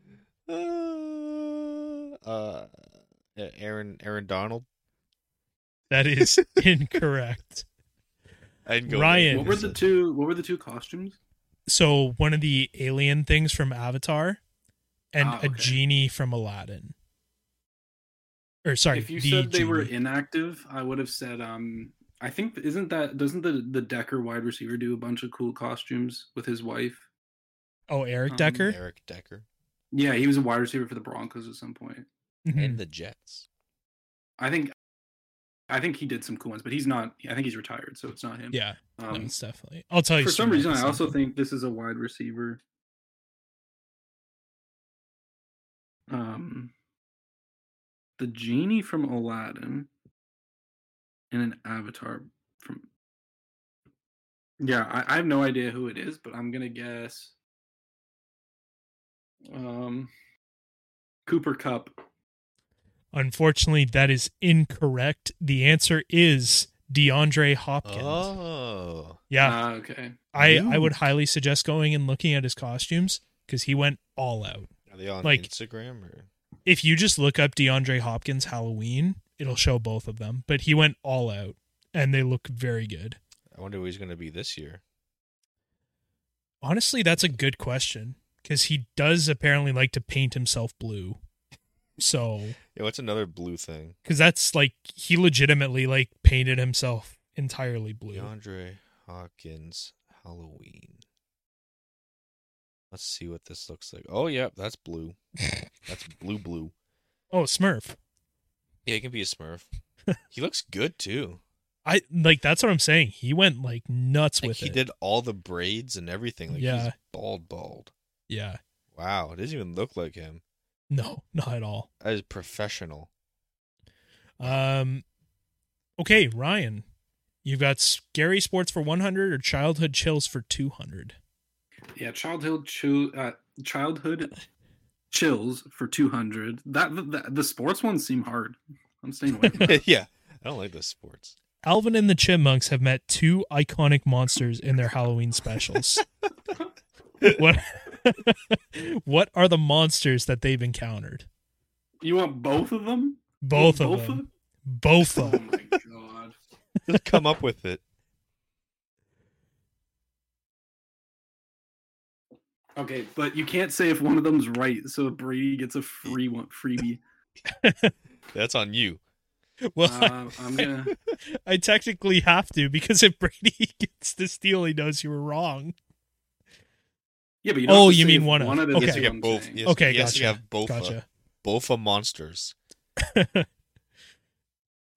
uh, uh, Aaron Aaron Donald.
that is incorrect.
I didn't go
Ryan.
What were the two? What were the two costumes?
So, one of the alien things from Avatar and
Ah,
a
okay.
genie from Aladdin. Or sorry,
if you
the
said they were
genie.
inactive, I would have said. Um, I think isn't that doesn't the the Decker wide receiver do a bunch of cool costumes with his wife?
Oh, Eric
um,
Decker?
Eric Decker
Yeah, he was a wide receiver for the Broncos at some point.
Mhm.
and the Jets.
I think, I think he did some cool ones, but he's not. I think he's retired, so it's not him.
Yeah, no,
Um,
it's definitely. I'll tell you
for some
soon,
reason,
it's
I
not
also
him.
think this is a wide receiver. Um, the genie from Aladdin and an avatar from. Yeah, I, I have no idea who it is, but I'm gonna guess. Um, Cooper Cup.
Unfortunately, that is incorrect. The answer is DeAndre Hopkins.
Oh,
Yeah,
Ah, okay.
I, I
you.
would highly suggest going and looking at his costumes because he went all out.
are they on
Like-
Instagram or?
If you just look up DeAndre Hopkins Halloween, it'll show both of them, but he went all out and they look very good.
I wonder who he's going to be this year.
Honestly, that's a good question because he does apparently like to paint himself blue. So,
Yeah, what's another blue thing?
because that's like he legitimately like painted himself entirely blue.
DeAndre Hawkins Halloween. Let's see what this looks like. Oh, yeah, that's blue. that's blue, blue.
Oh, Smurf.
Yeah, he can be a Smurf. he looks good too.
I like that's what I'm saying. He went like nuts
Like
with
he
it.
did all the braids and everything. Like
Yeah.
he's bald, bald.
Yeah.
Wow, it doesn't even look like him.
No, not at all.
That is professional.
Um, okay, Ryan, you've got scary sports for 100 or childhood chills for 200.
Yeah, childhood chill, uh, childhood chills for two hundred. That, that the sports ones seem hard. I'm staying away. From that.
yeah, I don't like the sports.
Alvin and the Chipmunks have met two iconic monsters in their Halloween specials. what What are the monsters that they've encountered?
you want both of them? You want
Both of them.
them?
Both of them.
Oh my god!
Just come up with it.
Okay, but you can't say if one of them's right. So Brady gets a free one, freebie.
That's on you.
Well, I,
Um, I'm gonna.
I technically have to because if Brady gets the steal, he knows you were wrong.
Yeah, but you.
Oh,
Don't have to
you
say
mean
if
one of-
One of it
okay.
is
Yeah,
Yes, you have
what I'm
both.
saying.
Yes,
Okay,
yes, you
gotcha,
have both.
Gotcha.
Both are monsters.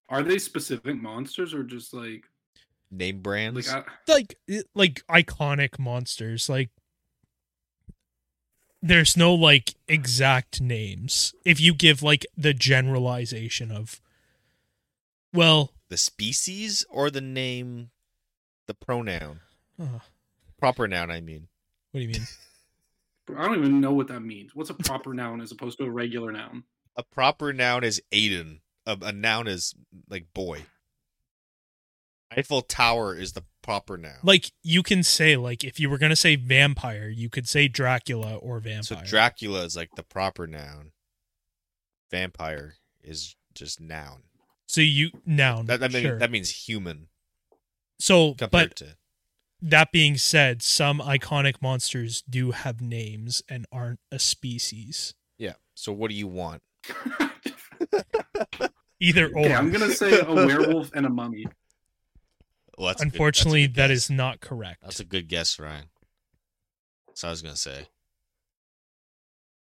Are they specific monsters or just like
Name brands.
like uh, I,
like eh, like iconic monsters. Like there's no like exact names. If you give like the generalization of, well,
the species or the name, the pronoun,
uh, what
proper noun. I mean,
do you mean?
I don't even know what that means. What's a proper noun as opposed to a regular noun?
a proper noun is Aiden. A, a noun is like boy. Eiffel Tower is the proper noun.
Like you can say like if you were gonna say vampire, you could say Dracula or vampire.
so Dracula is like the proper noun. Vampire is just noun.
So you noun.
That that, mean,
Mm, sure.
that means human
so, but
compared to
that being said, some iconic monsters do have names and aren't a species.
yeah. So what do you want?
Either or.
Okay, I'm gonna say a werewolf and a mummy.
Well, that's a good- that's a
Unfortunately,
good
that
guess.
is not correct.
That's a good guess, Ryan. That's what I was gonna say.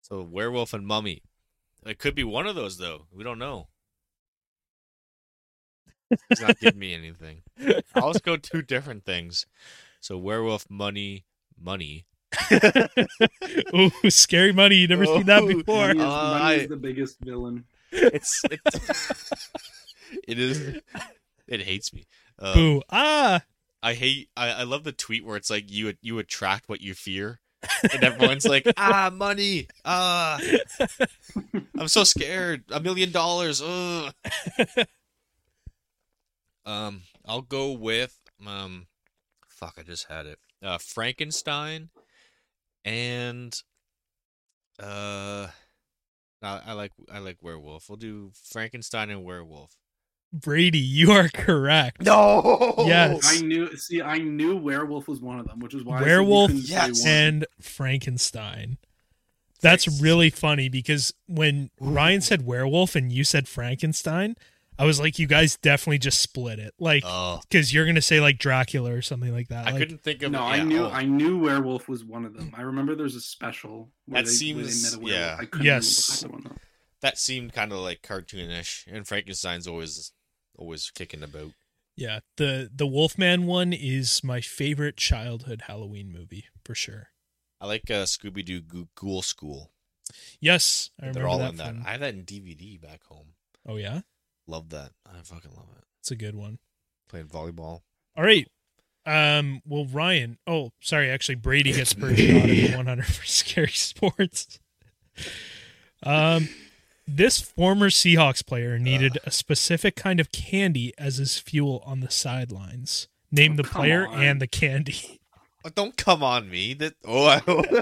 So werewolf and mummy. It could be one of those though. We don't know. It's not giving me anything. I'll just go two different things. So werewolf, money, money.
Ooh, scary money. You never seen that
Ooh.
before.
Mummy is,
Uh,
mummy
I-
is the biggest villain.
It's, it's it is it hates me. Um,
Boo. Ah.
I hate. I, I love the tweet where it's like you you attract what you fear, and everyone's like, ah, money, ah, I'm so scared, a million dollars, ugh. um, I'll go with um, fuck, I just had it. Uh, Frankenstein, and uh, I, I like I like werewolf. We'll do Frankenstein and werewolf.
Brady, you are correct.
No.
Yes.
I knew. See, I knew werewolf was one of them, which is why I said you
Werewolf
couldn't say
yes.
one.
and Frankenstein. That's
Thanks.
really funny because when Ryan said werewolf and you said Frankenstein, I was like, you guys definitely just split it. Like,
Oh,
because you're going to say like Dracula or something like that.
I
like,
couldn't think of.
no,
yeah,
I knew
oh.
I knew werewolf was one of them. I remember there's a special where,
That
they, where they
seems-
met a werewolf.
yeah.
I couldn't
Yes.
remember the other one,
that seemed kind of like cartoonish, and Frankenstein's always always kicking about.
Yeah, the the Wolfman one is my favorite childhood Halloween movie for sure.
I like uh, Scooby Doo Goo- Ghoul School.
Yes, I remember
They're all
that,
in that.
from-
I have that in DVD back home.
oh yeah,
Love that. I fucking love it.
it's a good one.
Playing volleyball.
All right. Um. Well, Ryan. Oh, sorry. Actually, Brady gets
It's
first shot at the 100 for scary sports. Um, this former Seahawks player needed a specific kind of candy as his fuel on the sidelines. Name
Oh,
the
come
player
on.
and the candy.
Oh, don't come on me. That oh, I,
though.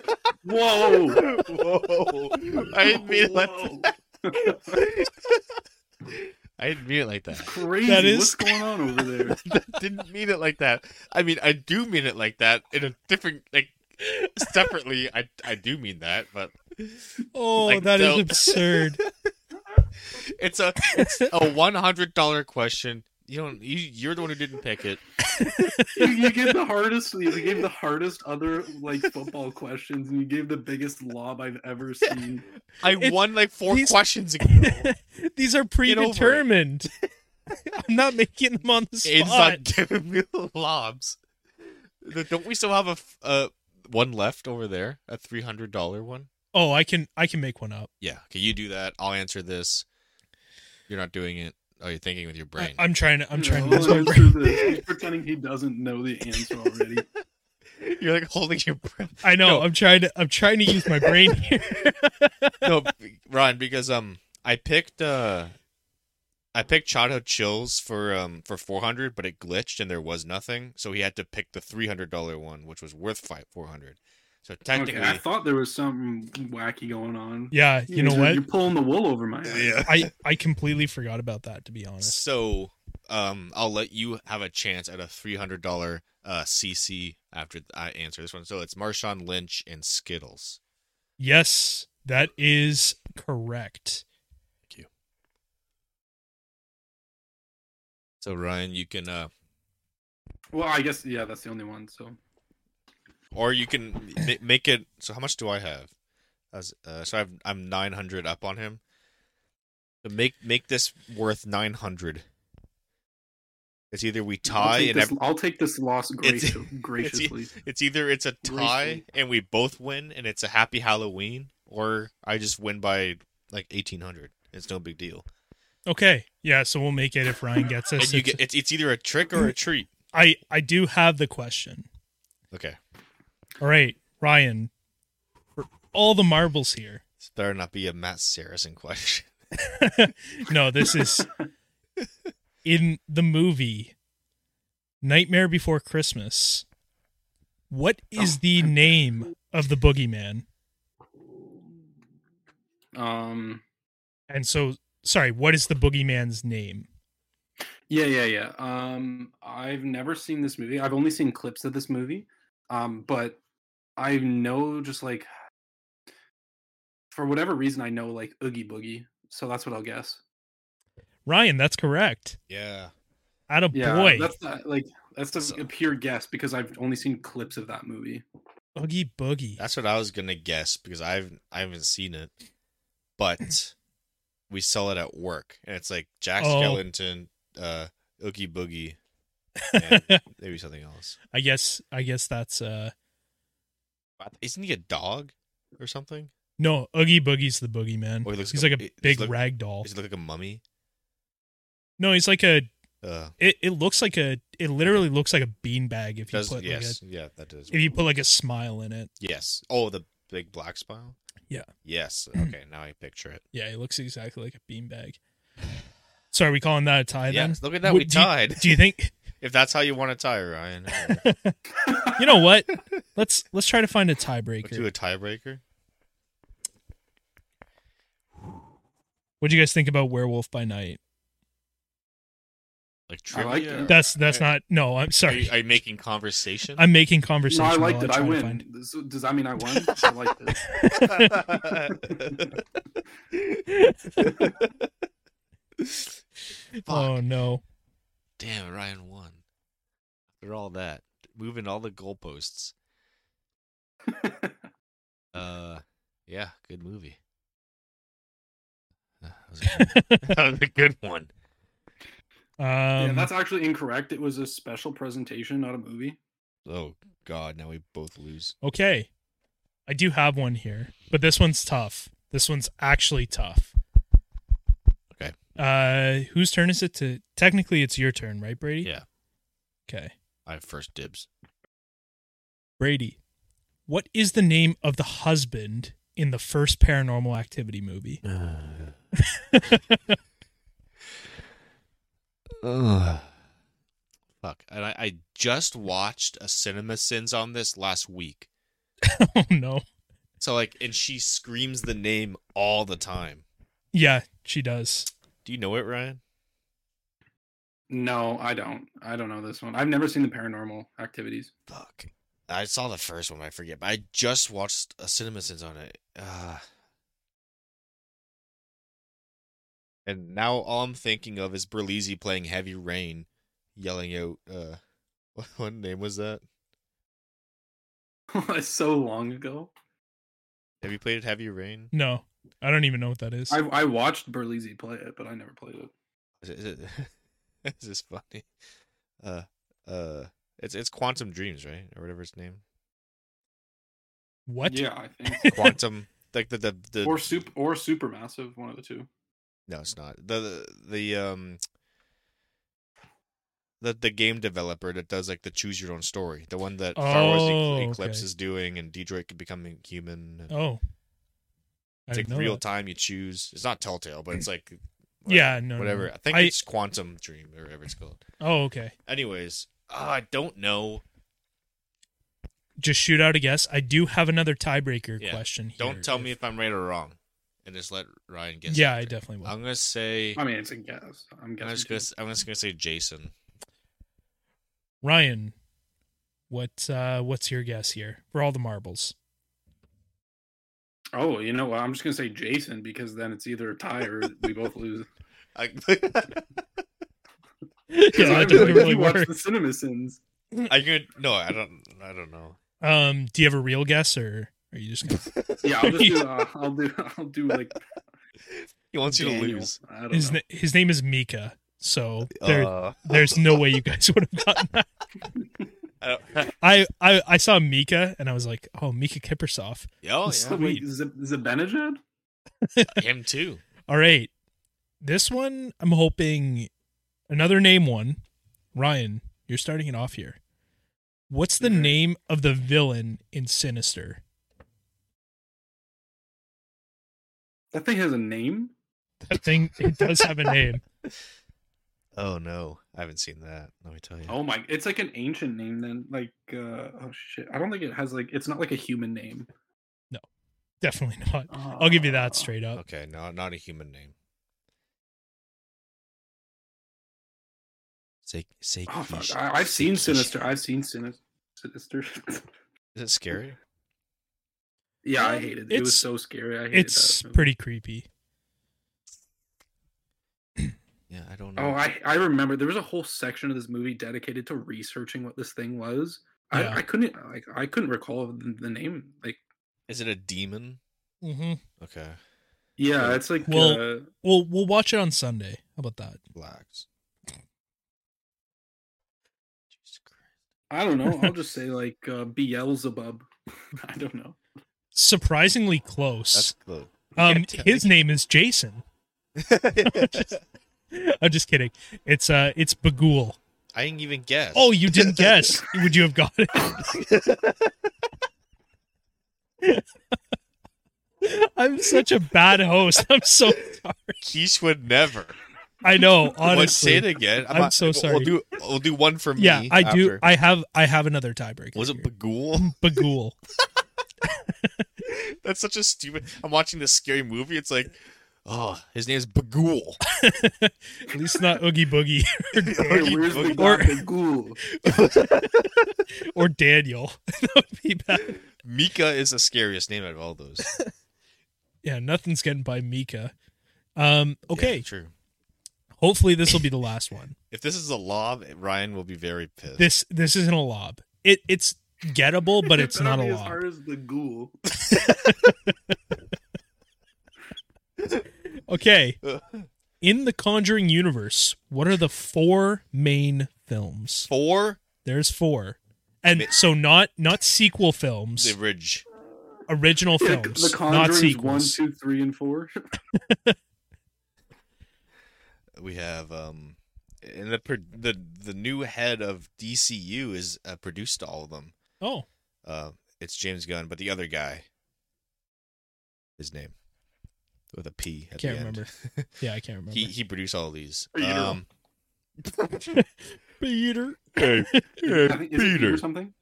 Whoa!
whoa! I didn't mean it like that. I didn't mean it like
It's
that.
crazy.
That is-
What's going on over there?
I didn't mean it like that. I mean, I do mean it like that in a different like separately. I I do mean that, but
Oh,
Like,
that is
don't.
absurd.
It's a it's a one hundred dollar question. You don't. You, you're the one who didn't pick it.
You, you gave the hardest. You gave the hardest other like football questions, and you gave the biggest lob I've ever seen.
I
It's-
won like four
these-
questions ago.
These are
over it.
predetermined. I'm not making them on the
It's
spot.
not giving me the lobs. The- Don't we still have a f- uh, one left over there? A three hundred dollar one?
oh, I can I can make one up.
Yeah. Okay, you do that. I'll answer this. You're not doing it. Oh, you're thinking with your brain.
I, am trying to I'm trying to
No,
use my
let's
brain.
do this. He's pretending he doesn't know the answer already.
you're like holding your breath.
I know
No.
I'm trying to I'm trying to use my brain here.
No, b- Ryan, because um, I picked uh, I picked Chado Chills for um for four hundred, but it glitched and there was nothing, so he had to pick the three hundred dollar one, which was worth five four hundred. So technically,
Okay, I thought there was something wacky going on.
Yeah, you know
you're,
what?
You're pulling the wool over my eyes.
I I completely forgot about that to be honest.
So um, I'll let you have a chance at a three hundred dollar uh CC after I answer this one. So it's Marshawn Lynch and Skittles.
Yes, that is correct.
Thank you. So Ryan, you can uh
Well, I guess yeah, that's the only one. So
or you can ma- make it so how much do I have? As uh, so I've I'm 900 up on him. So make make this worth 900. It's either we
I'll
tie
take
and
this,
ev-
I'll take this loss
It's- e-,
gracio- graciously.
it's either it's a tie
Gracefully.
and we both win and it's a happy Halloween or I just win by like 1800. It's no big deal.
Okay. Yeah. So we'll make it if Ryan gets us.
And you
It's-
get it's, it's either a trick or a treat.
I I do have the question.
Okay.
All right, Ryan. For all the marbles here.
This better not be a Matt Saracen question.
No, this is in the movie Nightmare Before Christmas. What is the name of the boogeyman?
Um.
And so, sorry, what is the boogeyman's name?
Yeah, yeah, yeah. Um, I've never seen this movie. I've only seen clips of this movie. Um, but I know just like for whatever reason I know like Oogie Boogie, so that's what I'll guess.
Ryan, that's correct.
Yeah.
At a
Yeah,
boy,
that's not, like that's just
So-
a pure guess because I've only seen clips of that movie.
Oogie Boogie.
That's what I was gonna guess because I've I haven't seen it, but we sell it at work, and it's like Jack
Oh.
Skellington, uh, Oogie Boogie, and maybe something else.
I guess. I guess that's uh
But Isn't he a dog or something?
no. Oogie Boogie's the boogeyman.
Or Oh, he looks
he's
like
like
a-
a,
he-
big
he's look-
rag doll.
Does he look like a mummy?
No, he's like a
Uh,
It, it looks like a it literally looks like a beanbag if you
does
put
yes, yeah, that does.
like a, if you put like a smile in it.
yes, oh, the big black smile.
Yeah.
Yes. Okay, now I picture it.
Yeah, it looks exactly like a beanbag. So are we calling that a tie then?
yes. Look at that.
Would-
we
do you-
tied.
Do you think
if that's how you want to tie, Ryan,
you know what? Let's let's try to find a
let's do
tiebreaker.
a tiebreaker.
What'd you guys think about Werewolf by Night?
Like
I
trivia.
liked it.
or-
That's that's
Are-
not no, I'm
Are
sorry.
you, are you making conversation?
I'm making
No,
conversation.
I
while
liked it. I
try to find-
win. So does that mean I won? I liked it.
Fuck.
Oh no.
Damn, Ryan won. After all that, moving all the goalposts. Uh, yeah, good movie. That was a good- that was a good one.
Um
yeah, that's actually incorrect. It was a special presentation, not a movie.
Oh God, now we both lose.
Okay. I do have one here, but this one's tough. This one's actually tough.
Okay.
Uh whose turn is it to technically it's your turn, right, Brady?
Yeah,
Okay.
I have first dibs.
Brady, what is the name of the husband in the first paranormal activity movie?
Ugh. Fuck. And I, I just watched a Cinema Sins on this last week.
oh no.
So like and she screams the name all the time.
Yeah, she does.
Do you know it, Ryan?
No, I don't. I don't know this one. I've never seen the paranormal activities.
Fuck. I saw the first one, I forget, but I just watched a Cinema Sins on it. Uh And now all I'm thinking of is Berlizzi playing Heavy Rain, yelling out uh what, what name was that?
It's so long ago.
Have you played Heavy Rain?
No. I don't even know what that is.
I, I watched Berlizzi play it, but I never played it.
Is it, is it is this funny? Uh, uh, it's it's Quantum Dreams, right, or whatever its name.
what?
Yeah, I think.
Quantum, like the the, the
or super or supermassive, one of the two.
no, it's not the the, the um the the game developer that does like the choose your own story, the one that Star Wars
Oh,
Ecl- Eclipse
okay.
is doing, and Detroit could become human. and
Oh. I
it's
didn't
like
know
real
that.
time. You choose. It's not Telltale, but it's like
Yeah, no, no,
whatever.
no.
I think
I-
it's Quantum Dream or whatever it's called.
Oh, okay.
Anyways, ah, I don't know.
Just shoot out a guess. I do have another tiebreaker
Yeah.
question here.
Don't tell
if-
me if I'm right or wrong, and just let Ryan guess.
Yeah, I
after.
definitely will.
I'm gonna say.
I mean, it's a guess. I'm
I'm just
guessing.
gonna. s- I'm just gonna say Jason.
Ryan, what uh what's your guess here for all the marbles?
too. Oh, you know what? I'm just gonna say Jason because then it's either a tie or we both lose.
I,
Yeah,
I
it doesn't
really, like,
really
you watch
work.
the CinemaSins.
I could no, I don't. I don't know.
Um, do you have a real guess, or are you just gonna,
Yeah, I'll just do. Uh, I'll do. I'll do like.
He wants you to
Daniel.
lose.
I don't
his
know.
na- his name is Mika? So there,
Uh,
there's no way you guys would have gotten that.
I
Oh,
don't-
I, I I saw Mika and I was like, oh, Mika Kippersoff.
oh
It's
yeah,
Wait, Z- Zibanejad?
him too.
All right, this one I'm hoping another name one. Ryan, you're starting it off here. What's the
Okay.
name of the villain in Sinister?
That thing has a name.
That thing it does have a name.
Oh no, I haven't seen that. Let me tell you.
Oh my! It's like an ancient name. Then, like, uh, oh shit! I don't think it has like. It's not like a human name.
Definitely not. I'll give you that straight up.
Okay, no, not a human name. Say, say,
Oh, fuck.
Kish-
I, I've seen
Say Kish.
Sinister. I've seen Sinister. Sinister.
Is it scary?
yeah, I
Um,
hated it. It was
it's-
so scary. I hated
It's
that movie.
pretty creepy.
Yeah, I don't know.
Oh, I I remember there was a whole section of this movie dedicated to researching what this thing was.
Yeah.
I, I couldn't like I couldn't recall the, the name. Like,
Is it a demon?
Mm-hmm.
Okay,
yeah, it's like
Well-
uh,
Well, we'll watch it on Sunday. How about that?
blacks. Jesus Christ!
I don't know. I'll just say like uh, Beelzebub. I don't know.
Surprisingly close.
That's the.
Um,
Yeah,
his name is Jason. I'm just kidding. It's uh, it's Bagul.
I didn't even guess.
Oh, you didn't guess. Would you have got it? I'm such a bad host. I'm so sorry.
Keish would never.
I know.
What? Say
Honestly,
it again.
I'm so sorry.
We'll do. We'll do one for me.
yeah, I do.
after.
I have. I have another tiebreaker.
Was it
here.
Bagul?
Bagul?
That's such a stupid. I'm watching this scary movie. It's like, oh, his name's Bagul.
At least not Oogie Boogie
Hey,
Oogie
where's the
Boogie.
Or-
Dr. Ghoul?
or Daniel. that would be bad.
Mika is the scariest name out of all those.
Yeah, nothing's getting by Mika. Um, okay,
Yeah, true.
hopefully this will be the last one.
If this is a lob, Ryan will be very pissed.
This this isn't a lob. It it's gettable, but
It
it's not a
better be As
lob.
hard as the Ghoul.
Okay. In the Conjuring universe, what are the four main films?
Four,
There's four. And so not not sequel films,
the ridge.
original
Yeah,
films,
the
not
Conjuring's one,
sequels.
two, three, and four.
We have um, and the pro- the the new head of DCU is uh, produced all of them.
Oh,
Uh, it's James Gunn, but the other guy, his name with a P
I can't
at the end.
remember. Yeah, I can't remember.
He he produced all of these.
Peter.
Um,
Peter.
I think, is it Peter or something?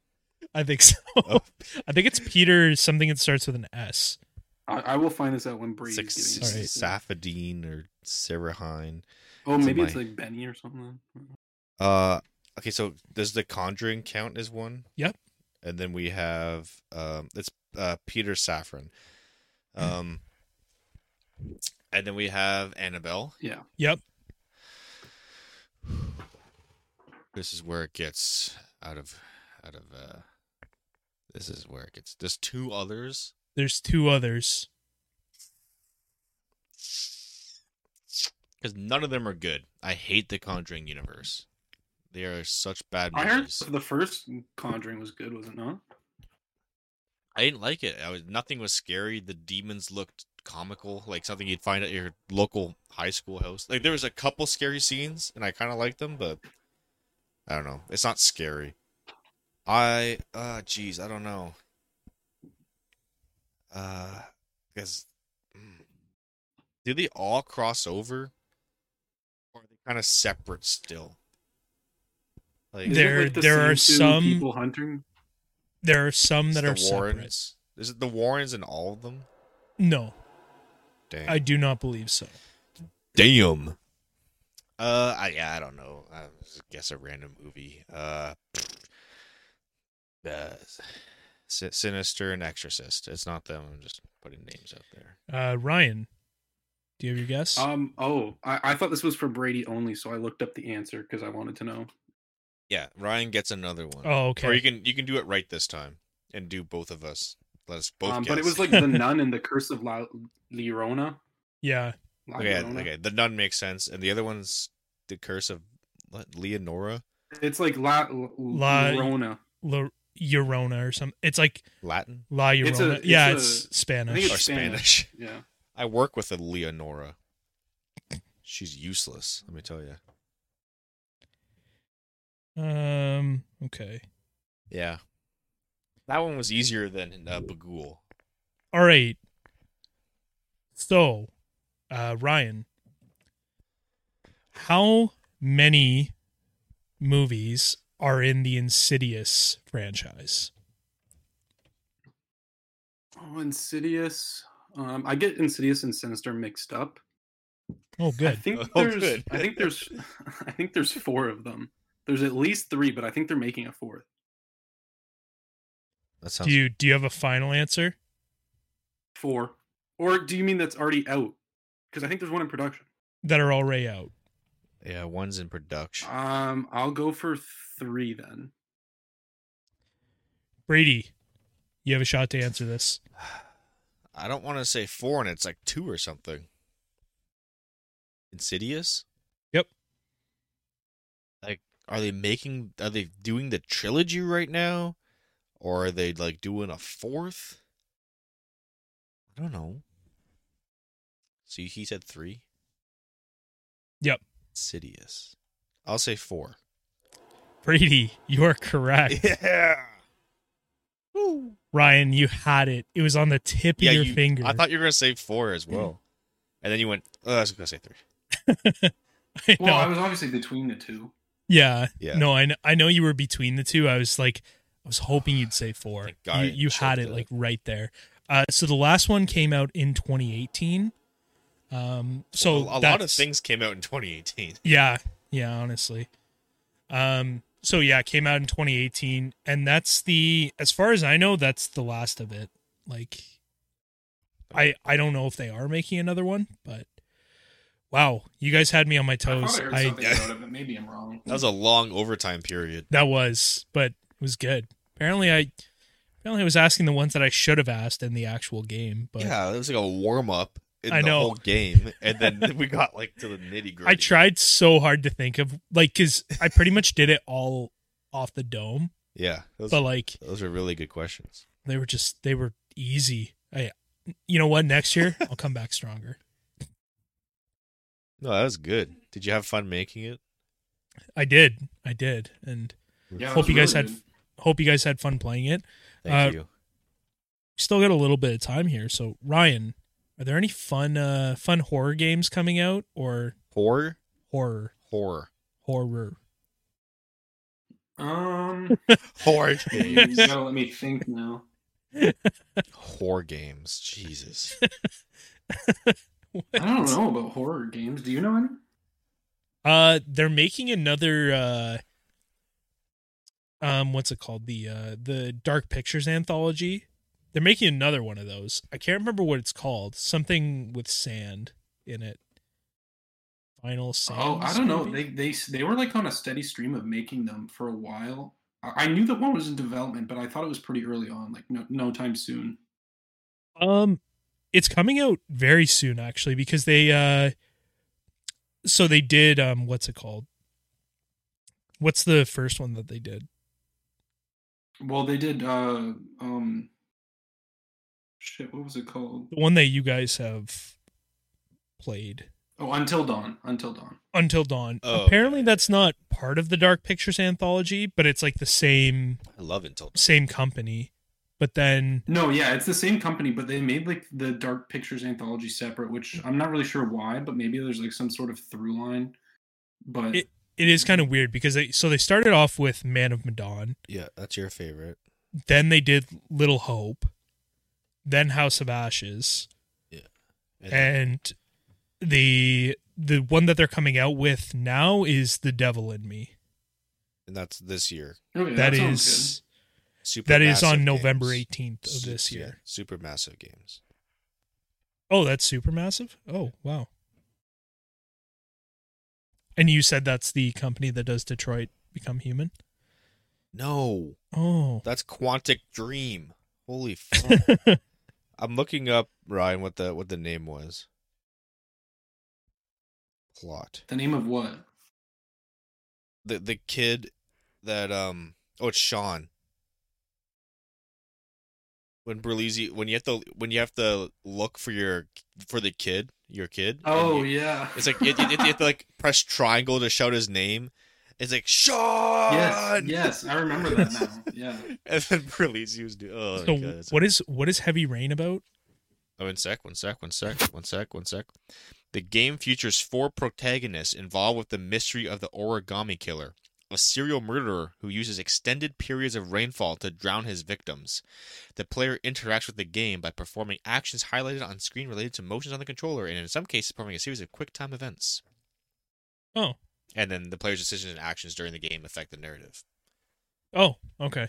I think so.
Oh.
I think it's Peter something that starts with an S.
I, I will find this out when Bree's
Six,
giving
All
us
right.
this.
Safadine or Sarah Hine.
Oh,
it's in
maybe it's
my-
like Benny or something.
Uh, okay, so does the Conjuring count as one?
Yep.
And then we have um, it's uh Peter Safran,
Hmm.
um, and then we have Annabelle.
Yeah.
Yep.
This is where it gets out of out of. uh This is where it gets. There's two others.
There's two others.
Because none of them are good. I hate the Conjuring universe. They are such bad
I heard
movies.
the first Conjuring was good, was it not?
I didn't like it. I was nothing was scary. The demons looked comical, like something you'd find at your local high school house. Like there was a couple scary scenes, and I kind of liked them, but I don't know. It's not scary. I uh jeez, I don't know. Uh, because do they all cross over, or are they kind of separate still? Like
Is it,
There-
like, the
there
same
are
two
some-
people hunting.
There are some
it's
that
the
are separate.
Warrens. Is it the Warrens in all of them?
No,
Dang.
I do not believe so.
Damn. Uh, I yeah, I don't know. I just guess a random movie. Uh, uh Sin- Sinister and Exorcist. It's not them. I'm just putting names out there.
Uh, Ryan, Do you have your guess?
Um. Oh, I, I thought this was for Brady only, so I looked up the answer because I wanted to know.
Yeah, Ryan gets another one.
oh,
Or you
okay.
can you can do it right this time and do both of us. Let us both.
Um,
guess.
but it was like the Nun and the Curse of La Llorona.
Yeah.
La
okay, yeah,
Llorona.
okay. The nun makes sense, and the other one's the curse of what, Leonora
It's like La, L-
La-
Llorona.
La Llorona or something. It's like
Latin
La Llorona.
It's a-
yeah, it's
it's a- I
Spanish.
think
or
it's Spanish.
Spanish.
Yeah.
I work with a Leonora. She's useless. Let me tell you.
Um. Okay.
Yeah, that one was easier than uh, Bagul.
All right. So, uh, Ryan, how many movies are in the Insidious franchise?
Oh, Insidious. Um, I get Insidious and Sinister mixed up.
Oh,
I
good.
think
Oh,
there's.
good.
I think there's. I think there's four of them. There's at least three, but I think they're making a fourth.
That sounds.
Do you do you have a final answer?
Four. Or do you mean that's already out? Because I think there's one in production.
That are already out.
yeah, one's in production.
Um, I'll go for three then.
Brady, you have a shot to answer this.
I don't want to say four, and it's like two or something. Insidious.
Yep.
Like, are they making? Are they doing the trilogy right now, or are they like doing a fourth? I don't know. See, he said three.
Yep.
Insidious. I'll say four.
Brady, you are correct.
Yeah.
Ryan, you had it. It was on the tip of
Yeah,
your
you-
finger.
I thought you were gonna say four as well, and then you went. Oh, I was gonna say three.
I know.
Well, I was obviously between the two.
Yeah.
Yeah.
No, I know, I know you were between the two. I was like, I was hoping you'd say four.
Thank God
you
I
you had
checked
it
it.
like right there. Uh, so the last one came out in 2018. Um, so
a, a lot of
that's-
things came out in 2018.
Yeah. Yeah. Honestly. Um. So yeah, it came out in 2018, and that's the as far as I know, that's the last of it. Like, I I don't know if they are making another one, but wow, you guys had me on my toes. I
about it, but maybe I'm wrong.
That was a long overtime period.
That was, but it was good. Apparently, I apparently I was asking the ones that I should have asked in the actual game, but
yeah, it was like a warm up in
I
the
know.
whole game, and then we got like to the nitty gritty.
I tried so hard to think of like because I pretty much did it all off the dome,
Yeah, those,
but like
those are really good questions.
they were just they were easy. I, you know what? Next year I'll come back stronger.
No, that was good. Did you have fun making it?
I did, I did, and
Yeah, that
Hope
was
you guys
really
had-
good.
hope you guys had fun playing it.
Thank
Uh,
you.
Still got a little bit of time here, so Ryan, are there any fun uh fun horror games coming out or
Horror,
horror
horror,
horror?
Um,
horror
you
games,
gotta let me think now.
horror games. Jesus,
I don't know about horror games. Do you know any?
Uh, they're making another uh, um, what's it called? The uh, the Dark Pictures anthology. They're making another one of those. I can't remember what it's called. Something with sand in it. Final sand.
Oh, I don't know. They they they were like on a steady stream of making them for a while. I I knew that one was in development, but I thought it was pretty early on, like no, no time soon.
um, it's coming out very soon actually because they uh, so they did um, what's it called? What's the first one that they did?
Well, they did. Uh, um, shit, what was it called?
The one that you guys have played.
Oh, Until Dawn. Until Dawn.
Until Dawn.
Oh,
Apparently
okay.
that's not part of the Dark Pictures anthology, but it's like the same
I love Until.
same company. But then
No, yeah, it's the same company, but they made like the Dark Pictures anthology separate,
Hmm.
which I'm not really sure why, but maybe there's like some sort of through line. But
it is kind of weird because they so they started off with Man of Medan,
Yeah, that's your favorite.
then they did Little Hope, then House of Ashes, and the the one that they're coming out with now is The Devil in Me.
and that's this year.
Oh, yeah,
that
sounds
is
Super
that is on
Massive
November
Games.
18th of
Su-
this
yeah,
year.
Super massive games.
Oh, that's super massive. Oh, wow. And you said that's the company that does Detroit Become Human.
No,
Oh,
that's Quantic Dream. Holy fuck! I'm looking up Ryan what the what the name was. Plot
The name of what?
the the kid that um oh it's Sean. When Berlizzi when you have to when you have to look for your for the kid your kid. and
Oh
you-
yeah.
It's like you, you, you have to like press triangle to shout his name. It's like Sean.
yes, yes, I remember that now. Yeah.
And then Berlizzi was doing. Oh,
so
my God, it's-
what is what is Heavy Rain about?
Oh, one sec, one sec, one sec, one sec, one sec. The game features four protagonists involved with the mystery of the origami killer, a serial murderer who uses extended periods of rainfall to drown his victims. The player interacts with the game by performing actions highlighted on screen related to motions on the controller, and in some cases, performing a series of quick time events.
Oh,
And then the player's decisions and actions during the game affect the narrative.
oh, okay.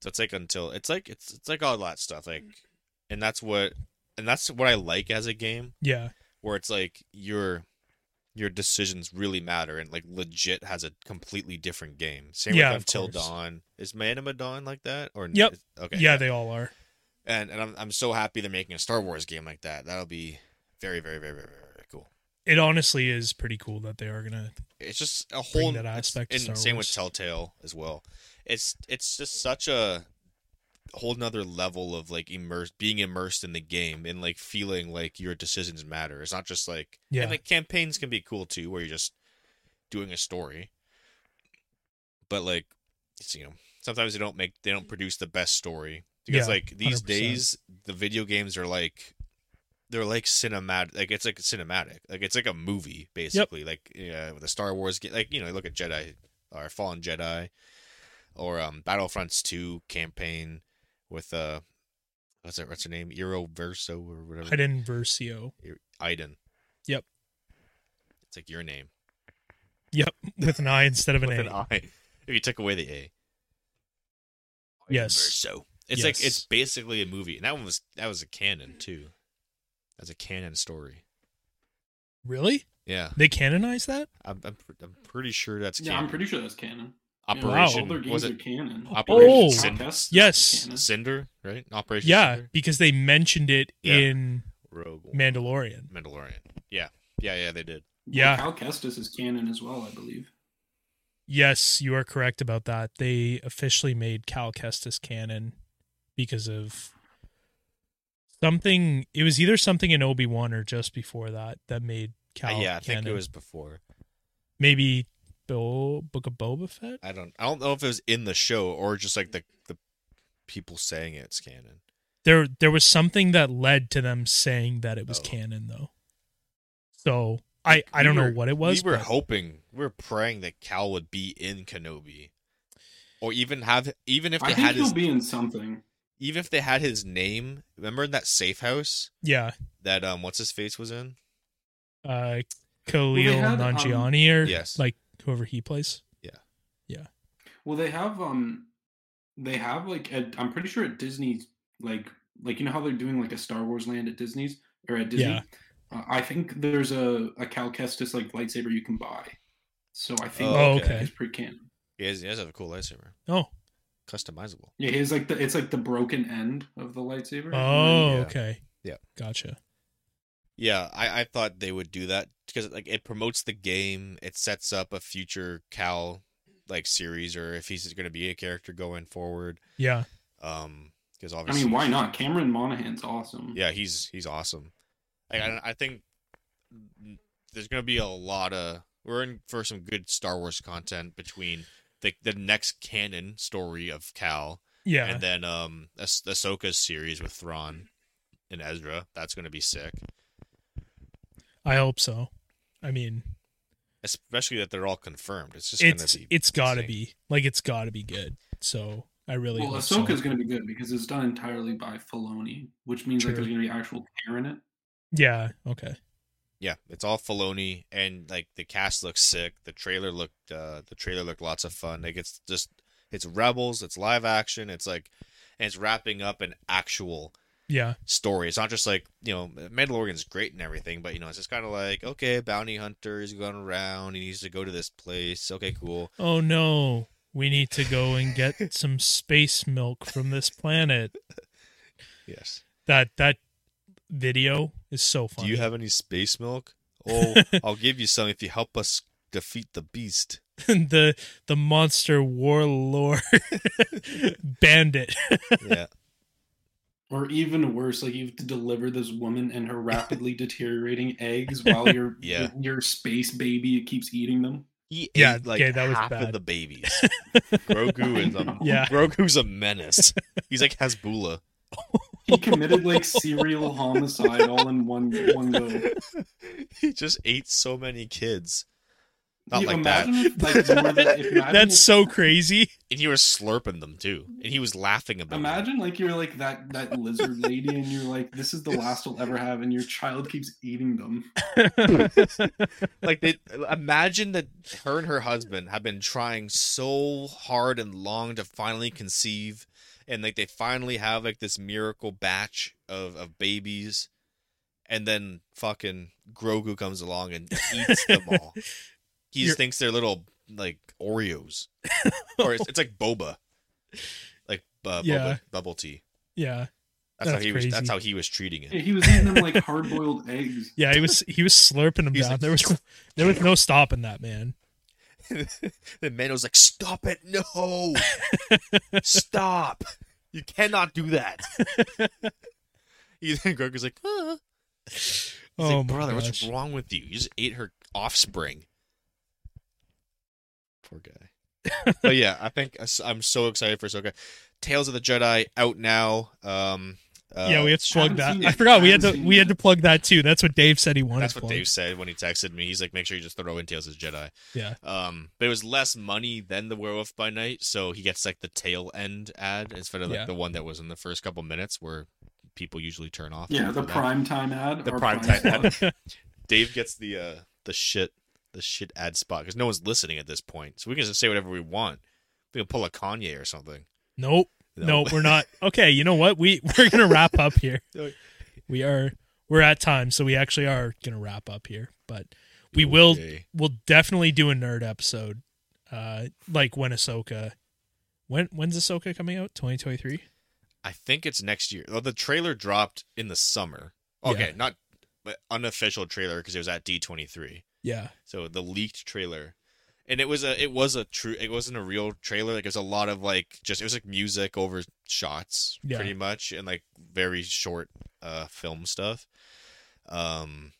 So it's like until it's like it's it's like all that stuff like, and that's what and that's what I like as a game
Yeah,
where it's like your your decisions really matter and like legit has a completely different game. Same
Yeah,
with
of
Until
course.
Dawn. Is My Enema Dawn like that? Or
Yep.
Okay.
yeah, they all are.
and and I'm I'm so happy they're making a Star Wars game like that. That'll be very very very very very, very cool.
It honestly is pretty cool that they are gonna.
It's just a
Bring
whole
that
it's-
aspect to
and
Star
same
Wars.
with Telltale as well. It's it's just such a whole nother level of like immersed being immersed in the game and like feeling like your decisions matter. It's not just like
Yeah,
And like campaigns can be cool too, where you're just doing a story. But like, it's, you know, sometimes they don't make they don't produce the best story because
Yeah,
like these
100%.
days the video games are like they're like cinematic, like it's like cinematic, like it's like a movie basically. Like yeah, with the Star Wars, ga- like you know, look at Jedi or Fallen Jedi or um Battlefronts Two campaign with uh. What's that? What's her name? Iro Verso or whatever.
Hayden Versio.
Iden.
Yep.
It's like your name
Yep, with an I instead of an
with
A.
an I. If you took away the A.
Yes.
So it's like
Yes.
it's basically a movie, and that one was that was a canon too. That's a canon story.
Really?
Yeah,
They canonize that?
I'm I'm, pr- I'm pretty sure that's
Yeah,
canon.
I'm pretty sure that's canon.
Operation
Yeah, all their games
was
are
it
canon.
Operation
Oh,
Podcast
Cin-
is
yes.
canon.
Cinder, right? Operation
Yeah,
Cinder?
because they mentioned it
Yeah.
in
Rogue One.
Mandalorian.
Mandalorian. Yeah, yeah, yeah. They did.
Yeah.
Cal Kestis is canon as well, I believe.
Yes, you are correct about that. They officially made Cal Kestis canon because of something. It was either something in Obi Wan or just before that that made Cal.
Uh, yeah, I
canon.
think it was before.
maybe Bo- Book of Boba Fett.
I don't. I don't know if it was in the show or just like the the people saying it's canon.
There, there was something that led to them saying that it was
Oh.
canon, though. So I, I don't
We
know
were-
what it was.
We were
but-
hoping, we were praying that Cal would be in Kenobi, or even have even if
I
they
think
had
he'll
his
be in something.
even if they had his name. Remember in that safe house
yeah,
that um, what's his face was in?
uh, Khalil
they had, um,
Nanjiani or
Yes.
like whoever he plays.
Well, they have um, they have like at, I'm pretty sure at Disney's like like you know how they're doing like a Star Wars land at Disney's or at Disney.
Yeah.
Uh, I think there's a a Cal Kestis like lightsaber you can buy. So I think
Oh,
Oh, okay.
it's pretty canon.
He has, he does have a cool lightsaber,
Oh,
customizable.
Yeah, he's like the it's like the broken end of the lightsaber. and then-
oh,
yeah.
okay,
Yeah.
gotcha.
Yeah, I, I thought they would do that because like it promotes the game. It sets up a future Cal like series, or if he's going to be a character going forward.
Yeah,
Um, because
I
obviously,
mean, why not? Cameron Monahan's awesome.
yeah, he's he's awesome. Like, I, I think there's gonna be a lot of we're in for some good Star Wars content between the the next canon story of Cal
yeah.
and then um Ahs- Ahsoka's series with Thrawn and Ezra. That's gonna be sick,
I hope so. I mean,
especially that they're all confirmed. It's just
it's
gonna be
it's gotta
insane.
be like it's gotta be good. So I really
Well,
hope
Ahsoka's
so.
going to be good because it's done entirely by Filoni, which means like
True.
there's going to be actual care in it.
yeah okay
yeah. It's all Filoni and like the cast looks sick. The trailer looked uh the trailer looked lots of fun. Like it's just it's Rebels. It's live action. It's like and it's wrapping up an actual
Yeah.
story. It's not just like you know, Mandalorian's great and everything, but you know, it's just kind of like okay, bounty hunter is going around. He needs to go to this place. Okay, cool.
Oh no, we need to go and get some space milk from this planet.
Yes.
That that video is so funny.
Do you have any space milk? Oh, I'll give you some if you help us defeat the beast.
the the monster warlord bandit?
Yeah.
Or even worse, like you have to deliver this woman and her rapidly deteriorating eggs while your
Yeah.
your, your space baby keeps eating them.
He
Yeah,
ate like
okay, that was
half
bad.
of the babies. Grogu is a
Yeah.
Grogu's a menace. He's like Hasbula.
He committed like serial homicide all in one one go.
he just ate so many kids. Not
You
like that.
imagine if, like, you were the- if- imagine
That's
if-
so crazy.
And he was slurping them too. And he was laughing about it.
Imagine like you're like that that lizard lady, and you're like, this is the last we'll ever have, and your child keeps eating them.
Like they imagine that her and her husband have been trying so hard and long to finally conceive and like they finally have like this miracle batch of, of babies and then fucking Grogu comes along and eats them all. He
You're-
just thinks they're little like Oreos. or it's, it's like boba. Like uh,
Yeah.
boba bubble tea.
Yeah.
That's, how
That's
he was that's
crazy.
how he was treating it.
He was eating them like hard boiled eggs.
Yeah, he was he was slurping him
He's
down.
like-
there was there was no stopping that man.
the man was like, "Stop it! No, stop! You cannot do that." He then Grogu's like, huh? He's
oh
like,
my
brother, what's
gosh.
wrong with you? You just ate her offspring." Poor guy. but yeah, I think I s- I'm so excited for Ahsoka. Tales of the Jedi out now. Um, uh,
yeah, we have to plug
haven't
that.
seen
I
it.
forgot we had to
Haven't seen
we had
it.
to plug that too. That's what Dave said he wanted.
That's
to
what
plug.
Dave said when he texted me. He's like, make sure you just throw in Tales of the Jedi.
Yeah.
Um, but it was less money than the Werewolf by Night, so he gets like the tail end ad instead of like
Yeah.
the one that was in the first couple minutes where people usually turn off.
Yeah,
after
the
that.
prime time ad.
the
or
prime time
slot.
ad. Dave gets the uh the shit the shit ad spot because no one's listening at this point, so we can just say whatever we want. We can pull a Kanye or something.
Nope.
No.
No, we're not. Okay, you know what? We we're gonna wrap up here.
No.
We are we're at time, so we actually are gonna wrap up here. But we will
Okay.
we'll definitely do a nerd episode. Uh like when Ahsoka when when's Ahsoka coming out? Twenty twenty three?
I think it's next year. Well, the trailer dropped in the summer. Okay,
Yeah.
not but unofficial trailer because it was at D twenty three.
Yeah.
So the leaked trailer, and it was a it was a true it wasn't a real trailer. Like it was a lot of like just it was like music over shots,
Yeah.
pretty much, and like very short uh film stuff. Um,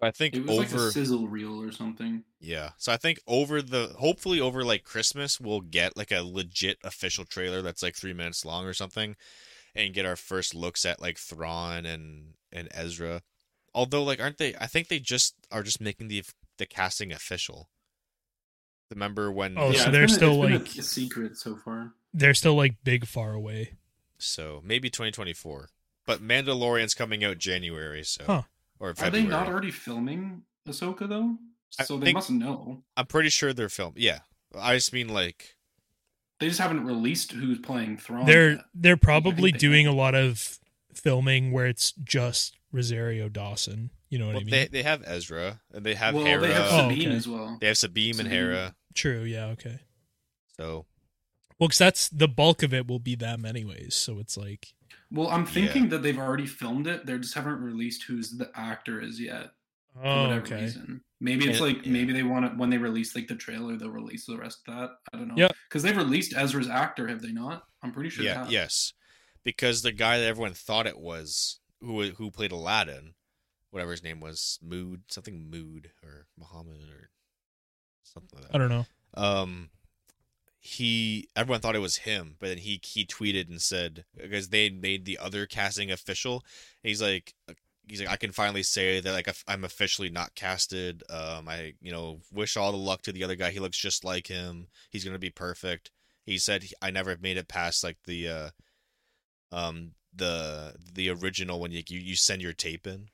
so I think
It was like
over
a sizzle reel or something.
yeah, so I think over the hopefully over like Christmas we'll get like a legit official trailer that's like three minutes long or something, and get our first looks at like Thrawn and and Ezra. Although like aren't they? I think they just are just making the the casting official. Remember when?
Oh, so
yeah, it's
they're
been a-
still,
it's been
like-
a secret so far.
They're still like big far away.
so maybe 2024, but Mandalorian's coming out January, so
Huh.
or
Are
February.
they not already filming Ahsoka though?
I
So they
think-
must know.
I'm pretty sure they're filmed. Yeah, I just mean like
They just haven't released who's playing Thrawn.
uh,
They're
yet.
they're probably
they
doing
are.
a lot of filming where it's just Rosario Dawson. You know what
well,
I mean?
they they have Ezra and they have
well,
Hera.
they have
Oh,
Sabine
okay.
as well.
They have Sabine and
Sabine.
Hera.
True. Yeah. Okay.
So
Well, because that's the bulk of it will be them anyways. So it's like,
Well, I'm thinking that they've already filmed it. They just haven't released who's the actor is yet. For
oh,
whatever
okay.
reason. Maybe it's
Yeah,
like
yeah.
maybe they want to when they release like the trailer, they'll release the rest of that. I don't know.
Yeah.
Because they've released Ezra's actor, have they not? I'm pretty sure. they
yeah,
have.
yes, because the guy that everyone thought it was, who who played Aladdin, whatever his name was, Mood something Mood or Muhammad or something like
I
that.
don't know.
Um, he everyone thought it was him, but then he he tweeted and said because they had made the other casting official. And he's like. He's like, I can finally say that like I'm officially not casted. Um, I you know wish all the luck to the other guy. He looks just like him. He's gonna be perfect he said he- I never made it past like the uh um the the original when you you, you send your tape in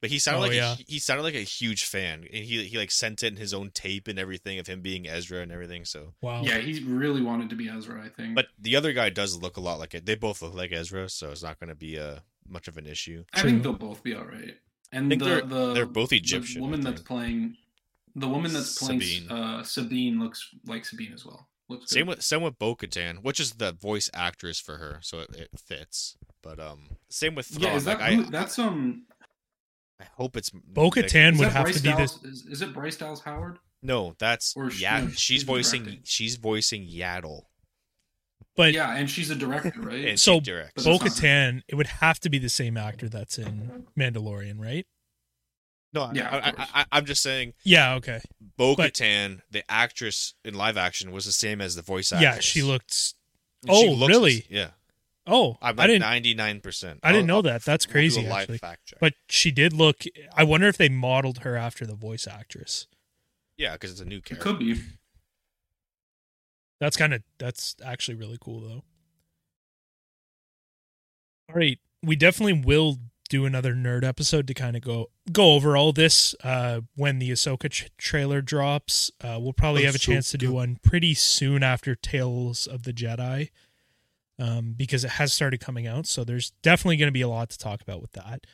But he sounded
Oh,
like a-
yeah.
he sounded like a huge fan, and he he like sent in his own tape and everything of him being Ezra and everything. So,
Wow.
Yeah, he really wanted to be Ezra, I think.
but the other guy does look a lot like it. They both look like Ezra, so it's not going to be uh, much of an issue.
I
True.
think they'll both be all right. And
think
the,
they're-
the
They're both
Um, the
Egyptian. I
woman that's
think.
playing the woman that's playing
Sabine.
Sabine. Uh, Sabine looks like Sabine as well. Looks
Same
good.
with same with Bo Katan, which is the voice actress for her, so it, it fits. But um, same with Thrawn.
yeah. Is that
like,
who,
I,
that's um?
I hope it's
Bo Katan
Is
would
that
have
Bryce
to be the
Dallas, is, is it Bryce Dallas Howard?
No, that's
Or she-
yeah.
no,
she's
she's
voicing
directing.
she's voicing Yaddle.
but
yeah, and she's a director, right?
And
So,
she directs.
Bo
But that's
Katan, it would have to be the same actor that's in Mandalorian, right?
No, I,
Yeah, of
I,
course.
I, I, am just saying
Yeah, okay.
Bo
But-
Katan, the actress in live action, was the same as the voice actress.
Yeah, she looked
And she
oh,
looks-
really?
Yeah,
Oh,
I'm
I
like
didn't
99. percent
I didn't know that. That's crazy
We'll do a live
actually.
fact check.
But she did look I wonder if they modeled her after the voice actress.
yeah, because it's a new
It
character.
could be.
That's kind of that's actually really cool though. All right, we definitely will do another nerd episode to kind of go go over all this uh when the Ahsoka tr trailer drops. Uh we'll probably have a chance to do
Ahsoka.
one pretty soon after Tales of the Jedi. Um because it has started coming out, so there's definitely going to be a lot to talk about with that.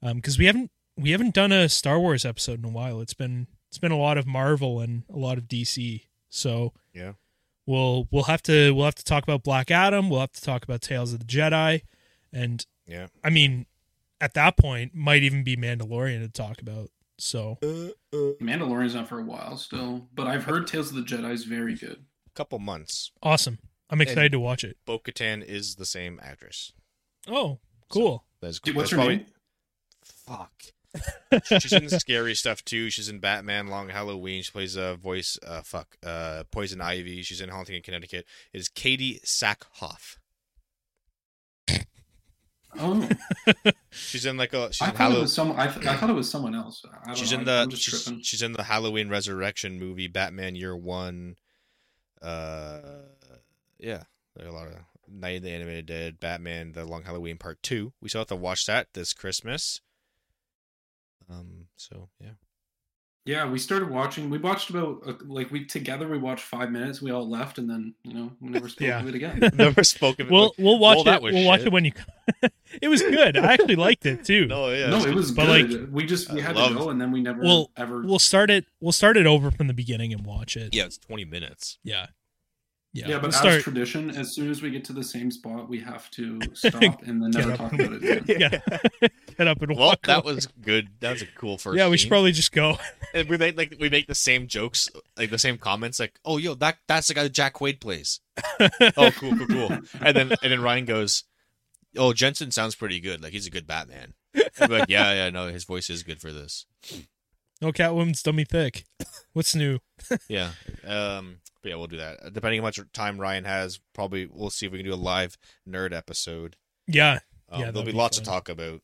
Um cuz we haven't we haven't done a Star Wars episode in a while. It's been it's been a lot of Marvel and a lot of DC. So
Yeah.
we'll we'll have to we'll have to talk about Black Adam. We'll have to talk about Tales of the Jedi, and
Yeah.
I mean, at that point, might even be Mandalorian to talk about. So
Mandalorian's not for a while still, but I've heard Tales of the Jedi is very good.
couple months.
awesome! I'm excited to watch it.
Bo Katan is the same actress.
Oh, cool!
That's
Dude,
that's
what's her
probably-
name?
Fuck. She's in scary stuff too. She's in Batman, Long Halloween. She plays a uh, voice. Uh, fuck. Uh, Poison Ivy. She's in Haunting in Connecticut. It is Katie Sackhoff.
Oh,
She's in like a. She's
I
in
thought it
Hallow-
was some. I, th- I thought it was someone else. I don't
She's
know.
in
I- I'm
the.
just
She's,
tripping.
she's in the Halloween Resurrection movie, Batman Year One. Uh, yeah, there are a lot of Night of the Animated Dead, Batman the Long Halloween Part Two. We still have to watch that this Christmas. Um. So yeah.
Yeah, we started watching. We watched about uh, like we together. We watched five minutes. We all left, and then you know we never spoke
Yeah.
of it again.
Never spoken.
We'll we'll watch
well, that
it.
was
We'll watch
shit.
it when you. it was good. I actually liked it too.
no, yeah.
no, it was
But, like,
good. we just we
I
had
love-
to go, and then we never
Well,
ever.
We'll start it. We'll start it over from the beginning and watch it.
Yeah, it's 20 minutes.
yeah, yeah.
yeah, but
we'll
as
start.
tradition, as soon as we get to the same spot, we have to stop and then
Get
never
up.
talk about it again.
yeah, get up and
Well,
walk.
that
away.
was good. That was a cool first.
Yeah, we
scene.
should probably just go.
And we made like we make the same jokes, like the same comments, like, "Oh, yo, that that's the guy that Jack Quaid plays." oh, cool, cool, cool. And then and then Ryan goes, "Oh, Jensen sounds pretty good. Like he's a good Batman." I'm like, yeah, yeah, no, his voice is good for this.
No Catwoman's dummy thick. What's new?
Yeah. Um. But yeah, we'll do that. Depending on how much time Ryan has, probably we'll see if we can do a live nerd episode.
Yeah,
Um,
Yeah,
there'll
that'd
be
be
lots to
fun.
talk about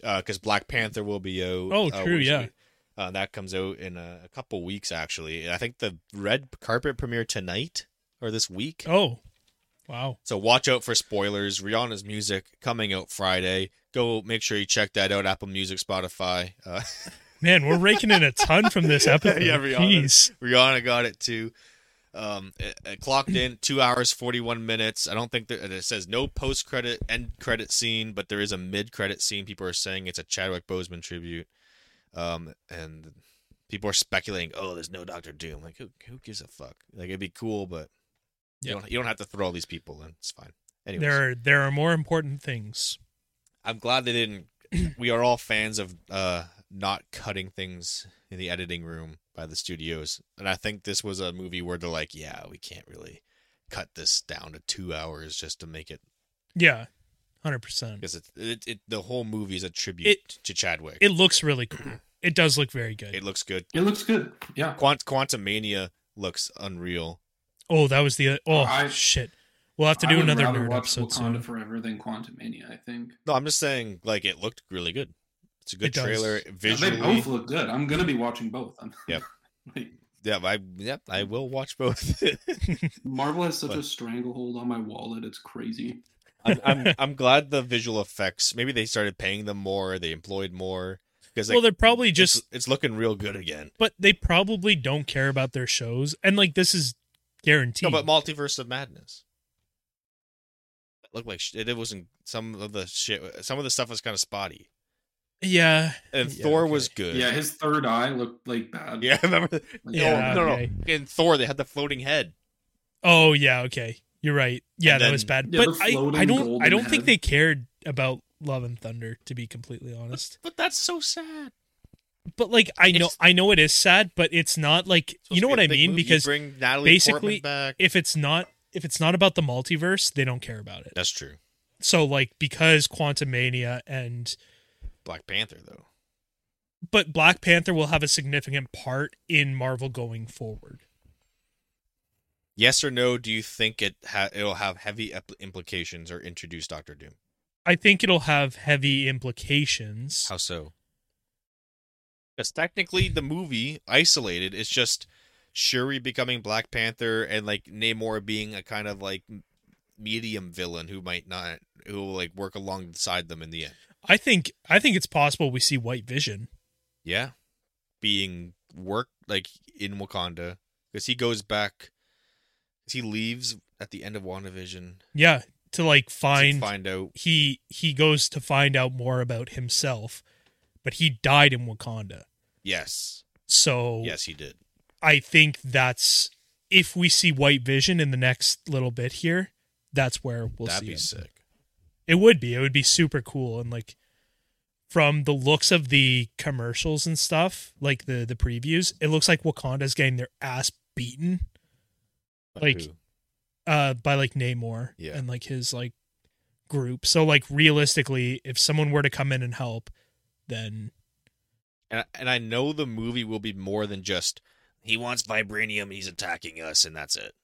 because Black Panther will be out.
Oh,
uh,
true,
which
yeah.
we- uh, that comes out in a, a couple weeks, actually. I think the red carpet premiere tonight or this week.
Oh, wow.
So watch out for spoilers. Rihanna's music coming out Friday. Go make sure you check that out. Apple Music, Spotify. Uh,
Man, we're raking in a ton from this episode.
Yeah,
yeah,
Rihanna.
Jeez.
Rihanna got it too. Um, it, it clocked in two hours forty one minutes. I don't think that and it says no post credit end credit scene, but there is a mid credit scene. People are saying it's a Chadwick Boseman tribute. Um, and people are speculating, oh, there's no Doctor Doom. Like, who who gives a fuck? Like, it'd be cool, but
Yeah.
you don't you don't have to throw all these people in. It's fine. Anyways,
There are there are more important things.
I'm glad they didn't. we are all fans of uh not cutting things in the editing room by the studios, and I think this was a movie where they're like, yeah, we can't really cut this down to two hours just to make it
Yeah, hundred percent.
because it, it, it the whole movie is a tribute
It-
to Chadwick. It,
It looks really cool. It does look very good.
looks good.
It looks good. Yeah,
Quant Quantum Mania looks unreal.
Oh, that was the oh
I-
shit. We'll have to
I
do
would
another
rather
nerd
watch
episode
Wakanda
soon.
Forever than Quantum Mania. I think
No, I'm just saying, like it looked really good. It's a good
It does.
trailer
Yeah,
visually.
they both look good. I'm gonna be watching both. I'm,
Yep.
like,
yeah, I yep, I will watch both.
Marvel has such
But-
a stranglehold on my wallet. It's crazy.
I'm, I'm I'm glad the visual effects. Maybe they started paying them more. They employed more. because
well, they're probably just
it's, it's looking real good again.
but they probably don't care about their shows and like this is guaranteed
No, but Multiverse of Madness. It looked like sh- it, it wasn't some of the shit. Some of the stuff was kind of spotty,
yeah
and
Yeah,
Thor
okay.
was good.
Yeah, his third eye looked like bad.
yeah. Remember?
Like,
Yeah,
no, no,
okay.
no. In Thor, they had the floating head.
oh yeah okay you're right yeah
And
that was
then-
bad
Yeah,
but
the
I, I
floating
don't i
golden
don't think
head.
they cared about love and thunder to be completely honest
But that's so sad.
but like i know
It's-
i know it is sad but it's not like you know what i mean because
bring Natalie
basically-
Portman back.
if it's not if it's not about the multiverse they don't care about it
That's true.
so like because quantum mania and
Black Panther though.
but Black Panther will have a significant part in Marvel going forward.
Yes or no? Do you think it ha- it'll have heavy ep- implications or introduce Doctor Doom?
I think it'll have heavy implications.
How so? Because technically, the movie isolated is just Shuri becoming Black Panther and like Namor being a kind of like m- medium villain who might not who will like work alongside them in the end.
I think I think it's possible we see White Vision.
Yeah, being worked like in Wakanda because he goes back. 'cause He leaves at the end of WandaVision
Yeah, to like
to
find,
find out.
he he goes to find out more about himself, but he died in Wakanda.
Yes,
So
yes, he did.
I think that's if we see White Vision in the next little bit here, that's where we'll
That'd
see
be
him.
sick.
It would be. It would be super cool. And like from the looks of the commercials and stuff, like the the previews, it looks like Wakanda's getting their ass beaten
By
Like,
who?
uh by like Namor
Yeah.
and like his like group. So like realistically, if someone were to come in and help, then
and and I know the movie will be more than just he wants vibranium, he's attacking us, and that's it.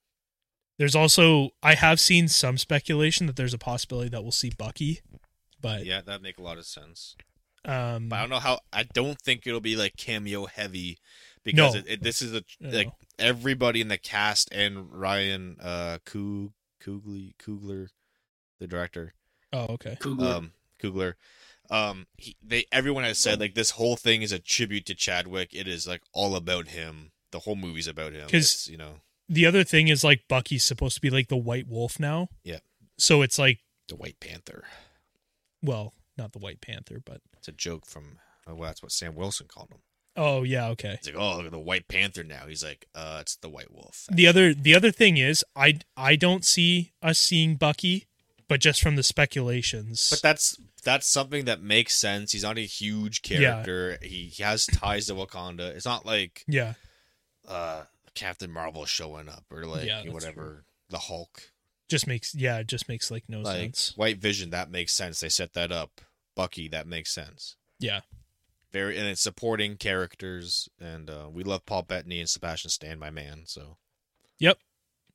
there's also I have seen some speculation that there's a possibility that we'll see Bucky, but
Yeah, that make a lot of sense.
um
But I don't know how. I don't think it'll be like cameo heavy because
No.
it, it, this is
I
a
don't
like
know.
everybody in the cast and Ryan uh Coog Coogly Coogler, the director,
oh okay.
Coogler.
um Coogler. Um, he, they everyone has said like this whole thing is a tribute to Chadwick. It is like all about him. The whole movie's about him.
'Cause-
It's, you know,
The other thing is like Bucky's supposed to be like the white wolf now.
Yeah.
So it's like
the White Panther.
well, not the White Panther, but
It's a joke from oh, well, that's what Sam Wilson called him.
oh yeah, okay.
He's like, oh, look at the White Panther now. He's like, uh, it's the White Wolf.
The other the other thing is I I don't see us seeing Bucky, but just from the speculations.
but that's that's something that makes sense. He's not a huge
Yeah.
character. He, he has ties to Wakanda. It's not like
yeah,
uh, Captain Marvel showing up or like
Yeah, that's
whatever the Hulk.
just makes yeah, it just makes like no
like
sense.
White Vision, that makes sense. They set that up. Bucky, that makes sense.
Yeah.
Very and it's supporting characters, and uh, we love Paul Bettany and Sebastian Stan, my man. So
Yep.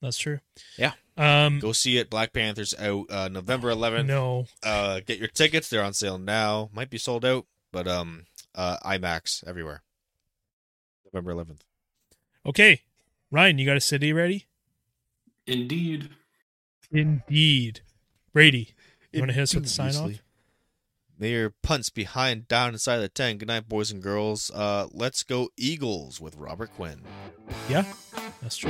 That's true.
Yeah.
Um
go see it. Black Panther's out uh, November 11th.
no.
uh get your tickets they're on sale now might be sold out but um uh imax everywhere november 11th
Okay. Ryan, you got a city ready?
Indeed.
Indeed. Brady. You wanna hit us with the sign off?
Obviously. mayor punts behind down inside the tent good night boys and girls uh let's go eagles with robert quinn
Yeah. That's true.